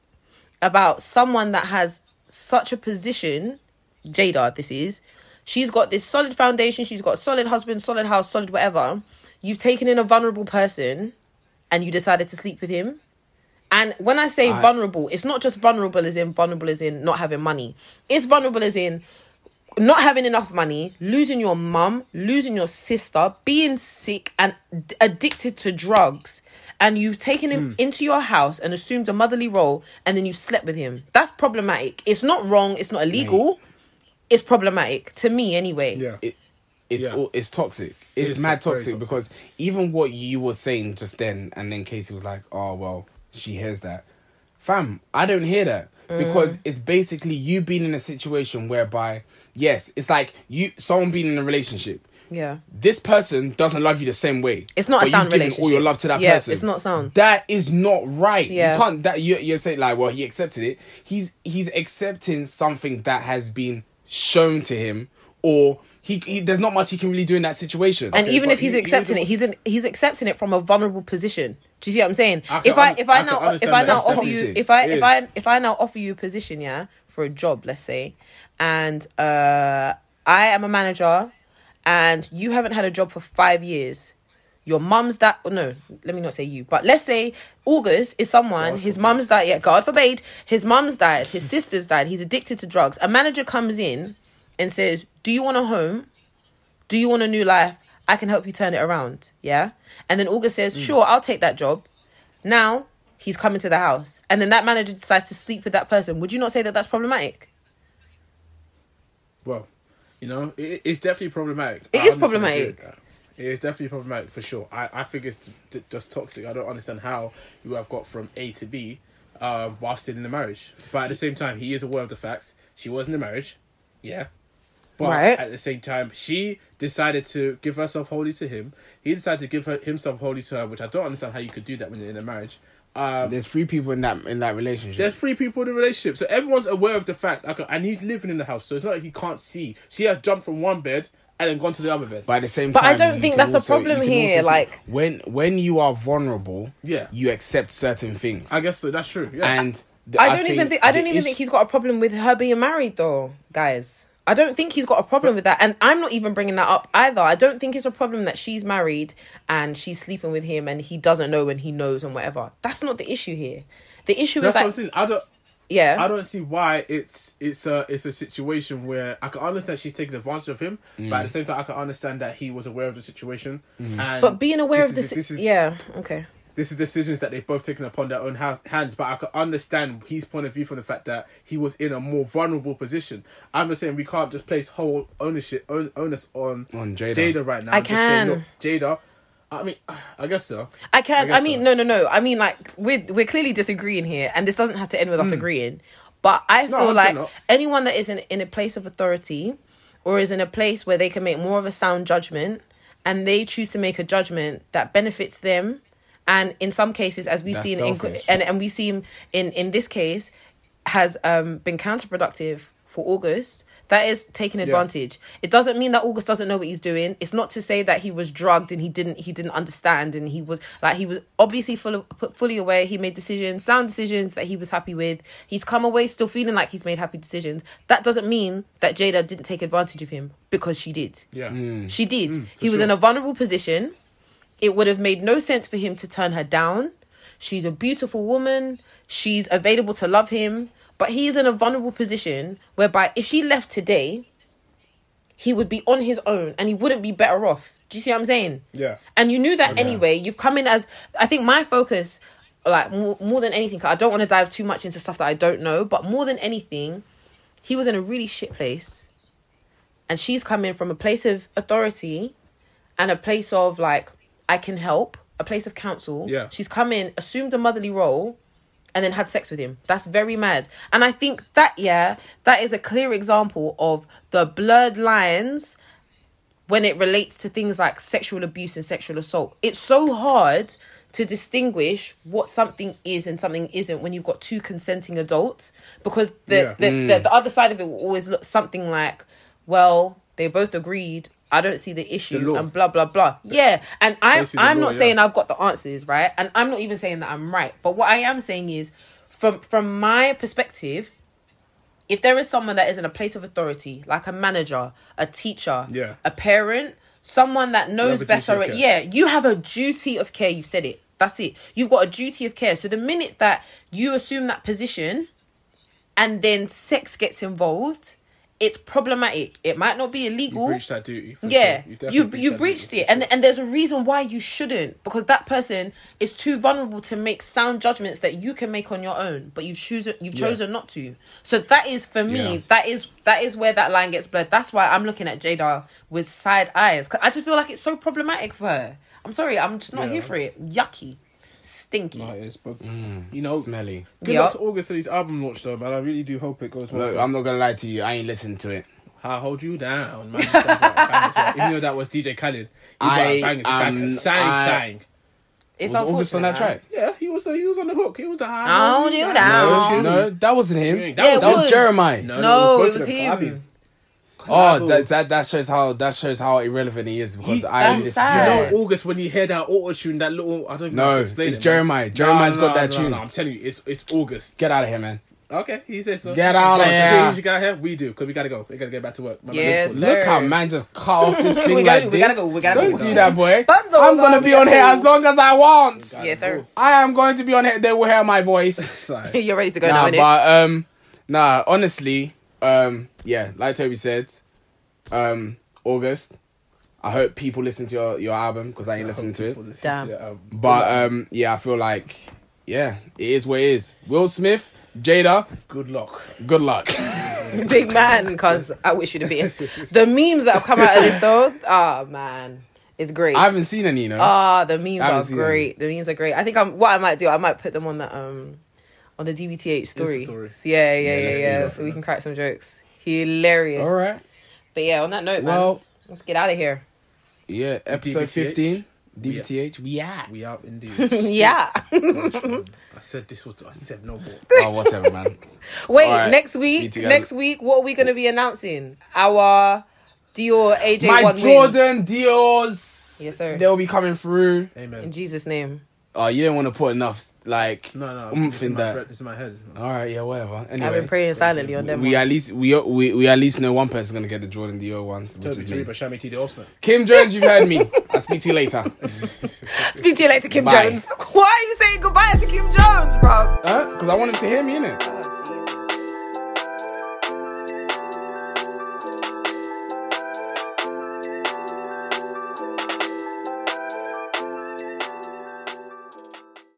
Speaker 2: about someone that has such a position, Jada, this is. She's got this solid foundation, she's got a solid husband, solid house, solid whatever. You've taken in a vulnerable person and you decided to sleep with him. And when I say vulnerable, it's not just vulnerable as in vulnerable as in not having money. It's vulnerable as in not having enough money, losing your mum, losing your sister, being sick and d- addicted to drugs, and you've taken
Speaker 3: Hmm.
Speaker 2: him into your house and assumed a motherly role, and then you've slept with him. That's problematic. It's not wrong. It's not illegal. It's problematic to me, anyway.
Speaker 1: it, it's
Speaker 3: Yeah.
Speaker 1: all, it's toxic. It's,
Speaker 3: It's
Speaker 1: mad
Speaker 3: very
Speaker 1: toxic,
Speaker 3: toxic.
Speaker 1: because even what you were saying just then, and then Casey was like, "Oh well, she hears that." Fam, I don't hear that because it's basically you being in a situation whereby yes, it's like you someone being in a relationship.
Speaker 2: Yeah.
Speaker 1: This person doesn't love you the same way.
Speaker 2: It's not a
Speaker 1: but
Speaker 2: sound
Speaker 1: you've given All your
Speaker 2: relationship.
Speaker 1: love to that
Speaker 2: Yeah,
Speaker 1: person.
Speaker 2: it's not sound.
Speaker 1: That is not right.
Speaker 2: Yeah.
Speaker 1: You can't. That you, you're saying like, well, he accepted it. He's he's accepting something that has been shown to him, or he, he there's not much he can really do in that situation.
Speaker 2: And even
Speaker 3: but
Speaker 2: if he's
Speaker 3: you- you
Speaker 2: accepting
Speaker 3: don't-
Speaker 2: it, he's in, he's accepting it from a vulnerable position. Do you see what I'm saying?
Speaker 3: I can
Speaker 2: if I
Speaker 3: un-
Speaker 2: if
Speaker 3: I
Speaker 2: I,
Speaker 3: can
Speaker 2: now if
Speaker 3: understand
Speaker 2: I
Speaker 3: that.
Speaker 2: now
Speaker 1: That's
Speaker 2: offer you
Speaker 1: toxic.
Speaker 2: if I
Speaker 3: It
Speaker 2: if
Speaker 3: is.
Speaker 2: I if I now offer you a position, yeah, for a job, let's say, and uh, I am a manager, and you haven't had a job for five years. Your mum's that oh, no, let me not say you, but let's say August is someone his mum's died. Yeah, God forbid, his mum's died, his sister's died. He's addicted to drugs. A manager comes in and says, "Do you want a home? Do you want a new life?
Speaker 3: Mm.
Speaker 2: I can help you turn it around. Yeah. And then August says, Sure, I'll take that job. Now, he's coming to the house, and then that manager decides to sleep with that person, would you not say that that's problematic?
Speaker 3: Well, you know, it, it's definitely problematic.
Speaker 2: It
Speaker 3: I
Speaker 2: is
Speaker 3: honestly
Speaker 2: problematic.
Speaker 3: agree with that. It is definitely problematic for sure. I, I think it's d- just toxic. I don't understand how you have got from A to B um, while still in the marriage. But at the same time, he is aware of the facts. She was in the marriage. Yeah. But
Speaker 2: Right.
Speaker 3: at the same time, she decided to give herself wholly to him. He decided to give her, himself wholly to her, which I don't understand how you could do that when you're in a marriage. Um,
Speaker 1: There's three people in that in that relationship.
Speaker 3: there's three people in the relationship, so everyone's aware of the facts. Okay, and he's living in the house, so it's not like he can't see. She has jumped from one bed and then gone to the other bed.
Speaker 1: But at the same
Speaker 2: But
Speaker 1: time,
Speaker 2: I don't
Speaker 1: you
Speaker 2: think
Speaker 1: can
Speaker 2: that's the
Speaker 1: also- you
Speaker 2: problem
Speaker 1: can
Speaker 2: here,
Speaker 1: also say-
Speaker 2: like-
Speaker 1: when when you are vulnerable,
Speaker 3: Yeah.
Speaker 1: you accept certain things.
Speaker 3: I guess so. That's true. Yeah.
Speaker 1: and the-
Speaker 2: I don't even think I
Speaker 1: the
Speaker 2: don't even
Speaker 1: issue-
Speaker 2: think he's got a problem with her being married though, guys. I don't think he's got a problem with that, and I'm not even bringing that up either. I don't think it's a problem that she's married and she's sleeping with him, and he doesn't know and he knows and whatever. That's not the issue here. The issue
Speaker 3: that's what I'm
Speaker 2: is that
Speaker 3: saying. I don't.
Speaker 2: yeah,
Speaker 3: I don't see why it's it's a it's a situation where I can understand she's taking advantage of him, but at the same time I can understand that he was aware of the situation. And
Speaker 2: but being aware
Speaker 3: this
Speaker 2: of this,
Speaker 3: is- this is
Speaker 2: yeah, okay.
Speaker 3: this is decisions that they've both taken upon their own ha- hands. But I can understand his point of view from the fact that he was in a more vulnerable position. I'm just saying we can't just place whole ownership own, onus on
Speaker 1: On Jada.
Speaker 3: right now.
Speaker 2: I
Speaker 3: Just say,
Speaker 2: can.
Speaker 3: "Look, Jada. I mean, I guess so.
Speaker 2: I can't. I,
Speaker 3: guess
Speaker 2: mean,
Speaker 3: so.
Speaker 2: no, no, no. I mean, like we're we're clearly disagreeing here, and this doesn't have to end with us agreeing. But I feel
Speaker 3: I'm
Speaker 2: like
Speaker 3: not.
Speaker 2: anyone that is in in a place of authority, or is in a place where they can make more of a sound judgment, and they choose to make a judgment that benefits them, and in some cases, as we've
Speaker 1: That's
Speaker 2: seen in
Speaker 1: selfish.
Speaker 2: and and we seem in in this case has um been counterproductive for August. That is taking advantage. It doesn't mean that August doesn't know what he's doing. It's not to say that he was drugged and he didn't he didn't understand and he was like he was obviously full of, pu- fully aware. He made decisions, sound decisions that he was happy with. He's come away still feeling like he's made happy decisions. That doesn't mean that Jada didn't take advantage of him because she did.
Speaker 3: Yeah.
Speaker 1: Mm.
Speaker 2: She did. he was
Speaker 3: Mm. sure.
Speaker 2: in a vulnerable position. It would have made no sense for him to turn her down. She's a beautiful woman. She's available to love him. But he is in a vulnerable position whereby if she left today, he would be on his own and he wouldn't be better off. Do you see what I'm saying?
Speaker 3: Yeah.
Speaker 2: And you knew that anyway. You've come in as I think my focus, like more, more than anything, I don't want to dive too much into stuff that I don't know, but more than anything, he was in a really shit place, and she's coming from a place of authority, and a place of like I can help, a place of counsel.
Speaker 3: Yeah.
Speaker 2: She's come in, assumed a motherly role, and then had sex with him. That's very mad. And I think that, yeah, that is a clear example of the blurred lines when it relates to things like sexual abuse and sexual assault. It's so hard to distinguish what something is and something isn't when you've got two consenting adults because the,
Speaker 3: Yeah.
Speaker 2: the, the, the other side of it will always look something like, well, they both agreed. I don't see the issue
Speaker 3: law.
Speaker 2: and blah blah blah. Yeah, and I
Speaker 3: Basically
Speaker 2: I'm
Speaker 3: law,
Speaker 2: not
Speaker 3: yeah.
Speaker 2: saying I've got the answers, right? And I'm not even saying that I'm right. But what I am saying is, from from my perspective, if there is someone that is in a place of authority, like a manager, a teacher,
Speaker 3: Yeah.
Speaker 2: a parent, someone that knows
Speaker 3: have a duty
Speaker 2: better,
Speaker 3: of care.
Speaker 2: yeah, you have a duty of care. You've said it. That's it. You've got a duty of care. So the minute that you assume that position, and then sex gets involved, it's problematic. It might not be illegal.
Speaker 3: You breached that duty. for
Speaker 2: Yeah,
Speaker 3: sure. definitely
Speaker 2: you
Speaker 3: breached
Speaker 2: you
Speaker 3: that
Speaker 2: breached
Speaker 3: duty,
Speaker 2: it,
Speaker 3: for
Speaker 2: and and there's a reason why you shouldn't because that person is too vulnerable to make sound judgments that you can make on your own, but you've chosen you've chosen not to. So that is for me.
Speaker 1: Yeah.
Speaker 2: That is that is where that line gets blurred. That's why I'm looking at Jada with side eyes. 'Cause I just feel like it's so problematic for her. I'm sorry, I'm just not
Speaker 3: Yeah.
Speaker 2: here for it. Yucky, stinky.
Speaker 3: sure. No, it is, but
Speaker 1: Mm.
Speaker 3: you know,
Speaker 1: smelly.
Speaker 3: good
Speaker 2: Yeah.
Speaker 3: luck to August for his album launch, though, man. I really do hope it goes well.
Speaker 1: Look, I'm not gonna lie to you. I ain't listened to it.
Speaker 3: I hold you down, man. Even though that was DJ Khaled, he got
Speaker 1: I
Speaker 3: a bangers. This guy
Speaker 1: am-
Speaker 3: sang,
Speaker 1: I-
Speaker 3: sang.
Speaker 2: It's
Speaker 1: Was August on that
Speaker 2: unfortunate, man.
Speaker 1: track?
Speaker 3: Yeah, he was uh, he was on the hook. He was the high.
Speaker 2: I hold you down.
Speaker 1: No,
Speaker 2: Oh.
Speaker 1: she- no, that wasn't him.
Speaker 3: That Yeah, was-
Speaker 1: that
Speaker 2: it
Speaker 1: was
Speaker 2: was.
Speaker 1: Jeremiah.
Speaker 3: No.
Speaker 2: No, it
Speaker 3: it was
Speaker 2: was
Speaker 3: both of
Speaker 2: him.
Speaker 3: them. Collabing.
Speaker 1: Oh, that, that that shows how that shows how irrelevant he is because
Speaker 3: He-
Speaker 1: I
Speaker 2: that's
Speaker 1: listened
Speaker 2: sad.
Speaker 1: to
Speaker 3: You
Speaker 1: it.
Speaker 3: know, August when you hear that auto tune, that little I don't even know
Speaker 1: No,
Speaker 3: how to explain
Speaker 1: it's
Speaker 3: it, man.
Speaker 1: Jeremiah.
Speaker 3: No,
Speaker 1: Jeremiah's
Speaker 3: no,
Speaker 1: got that
Speaker 3: no,
Speaker 1: tune.
Speaker 3: No, I'm telling you, it's it's August.
Speaker 1: Get out of here, man.
Speaker 3: Okay, he says so.
Speaker 1: Get
Speaker 3: So,
Speaker 1: out of
Speaker 3: guys,
Speaker 1: here.
Speaker 3: as soon as you got here, we do because we gotta go. We gotta get back to work. My man,
Speaker 2: Yes,
Speaker 3: let's go.
Speaker 2: sir.
Speaker 1: Look how man just cut off this thing
Speaker 2: We gotta-
Speaker 1: like
Speaker 2: we
Speaker 1: this.
Speaker 2: gotta go, we gotta
Speaker 1: Don't
Speaker 2: go.
Speaker 1: do that, boy.
Speaker 2: Bunzo,
Speaker 1: I'm gonna
Speaker 2: we
Speaker 1: be
Speaker 2: gotta
Speaker 1: on here
Speaker 2: go.
Speaker 1: as long as I want.
Speaker 3: Oh
Speaker 2: Yes, sir.
Speaker 1: I am going to be on here. They will hear my voice.
Speaker 3: Sorry.
Speaker 2: You're ready to go now,
Speaker 1: nah,
Speaker 2: innit?
Speaker 1: but um, nah. Honestly, um, yeah, like Toby said, um, August. I hope people listen to your your album because I ain't listening to it.
Speaker 3: People listen
Speaker 2: Damn.
Speaker 3: to it, um,
Speaker 1: But um, yeah, I feel like yeah, it is what it is. Will Smith, Jada,
Speaker 3: Good luck.
Speaker 1: good luck.
Speaker 2: Big man, because I wish you the best. The memes that have come out of this though, oh man, it's great.
Speaker 1: I haven't seen any, you know.
Speaker 2: Ah, the memes
Speaker 1: haven't
Speaker 2: are
Speaker 1: seen
Speaker 2: great. The memes are great. I think I'm what I might do. I might put them on the um on the DBTH story.
Speaker 3: story.
Speaker 2: So yeah, yeah, yeah,
Speaker 3: let's
Speaker 2: yeah.
Speaker 3: do that.
Speaker 2: So we can crack some jokes. Hilarious.
Speaker 1: All right.
Speaker 2: But yeah, on that note, man,
Speaker 1: Well-
Speaker 2: let's get out of here.
Speaker 1: Yeah, episode
Speaker 3: DBTH.
Speaker 1: 15, DBTH. We out.
Speaker 3: We out indeed.
Speaker 2: yeah.
Speaker 3: Gosh, man. I said this was. I said no more.
Speaker 1: Oh, whatever, man.
Speaker 2: Wait,
Speaker 1: All right.
Speaker 2: next
Speaker 1: Speak
Speaker 2: week.
Speaker 1: to you guys.
Speaker 2: Next week, what are we going to be announcing? Our Dior AJ
Speaker 1: My
Speaker 2: one
Speaker 1: Jordan Dior's.
Speaker 2: Yes, sir.
Speaker 1: They'll be coming through.
Speaker 2: In
Speaker 3: Amen.
Speaker 2: Jesus' name.
Speaker 1: Oh, you didn't want to put enough, like,
Speaker 3: No, no.
Speaker 1: oomph
Speaker 3: It's in,
Speaker 1: in
Speaker 3: my,
Speaker 1: that.
Speaker 3: bre- it's in my head.
Speaker 1: All right, yeah, whatever. Anyway.
Speaker 2: I've been praying silently on them.
Speaker 1: We
Speaker 2: ones.
Speaker 1: at least we, we we at least know one person's gonna get the Jordan Dior ones, which
Speaker 3: Toby
Speaker 1: is me.
Speaker 3: Tariba, Shami T. The Ultimate.
Speaker 1: Kim Jones, you've heard me. I'll speak to you later.
Speaker 2: Speak to you later, Kim
Speaker 1: Bye.
Speaker 2: Jones. Why are you saying goodbye to Kim Jones, bro?
Speaker 1: Because I want him to hear me, innit?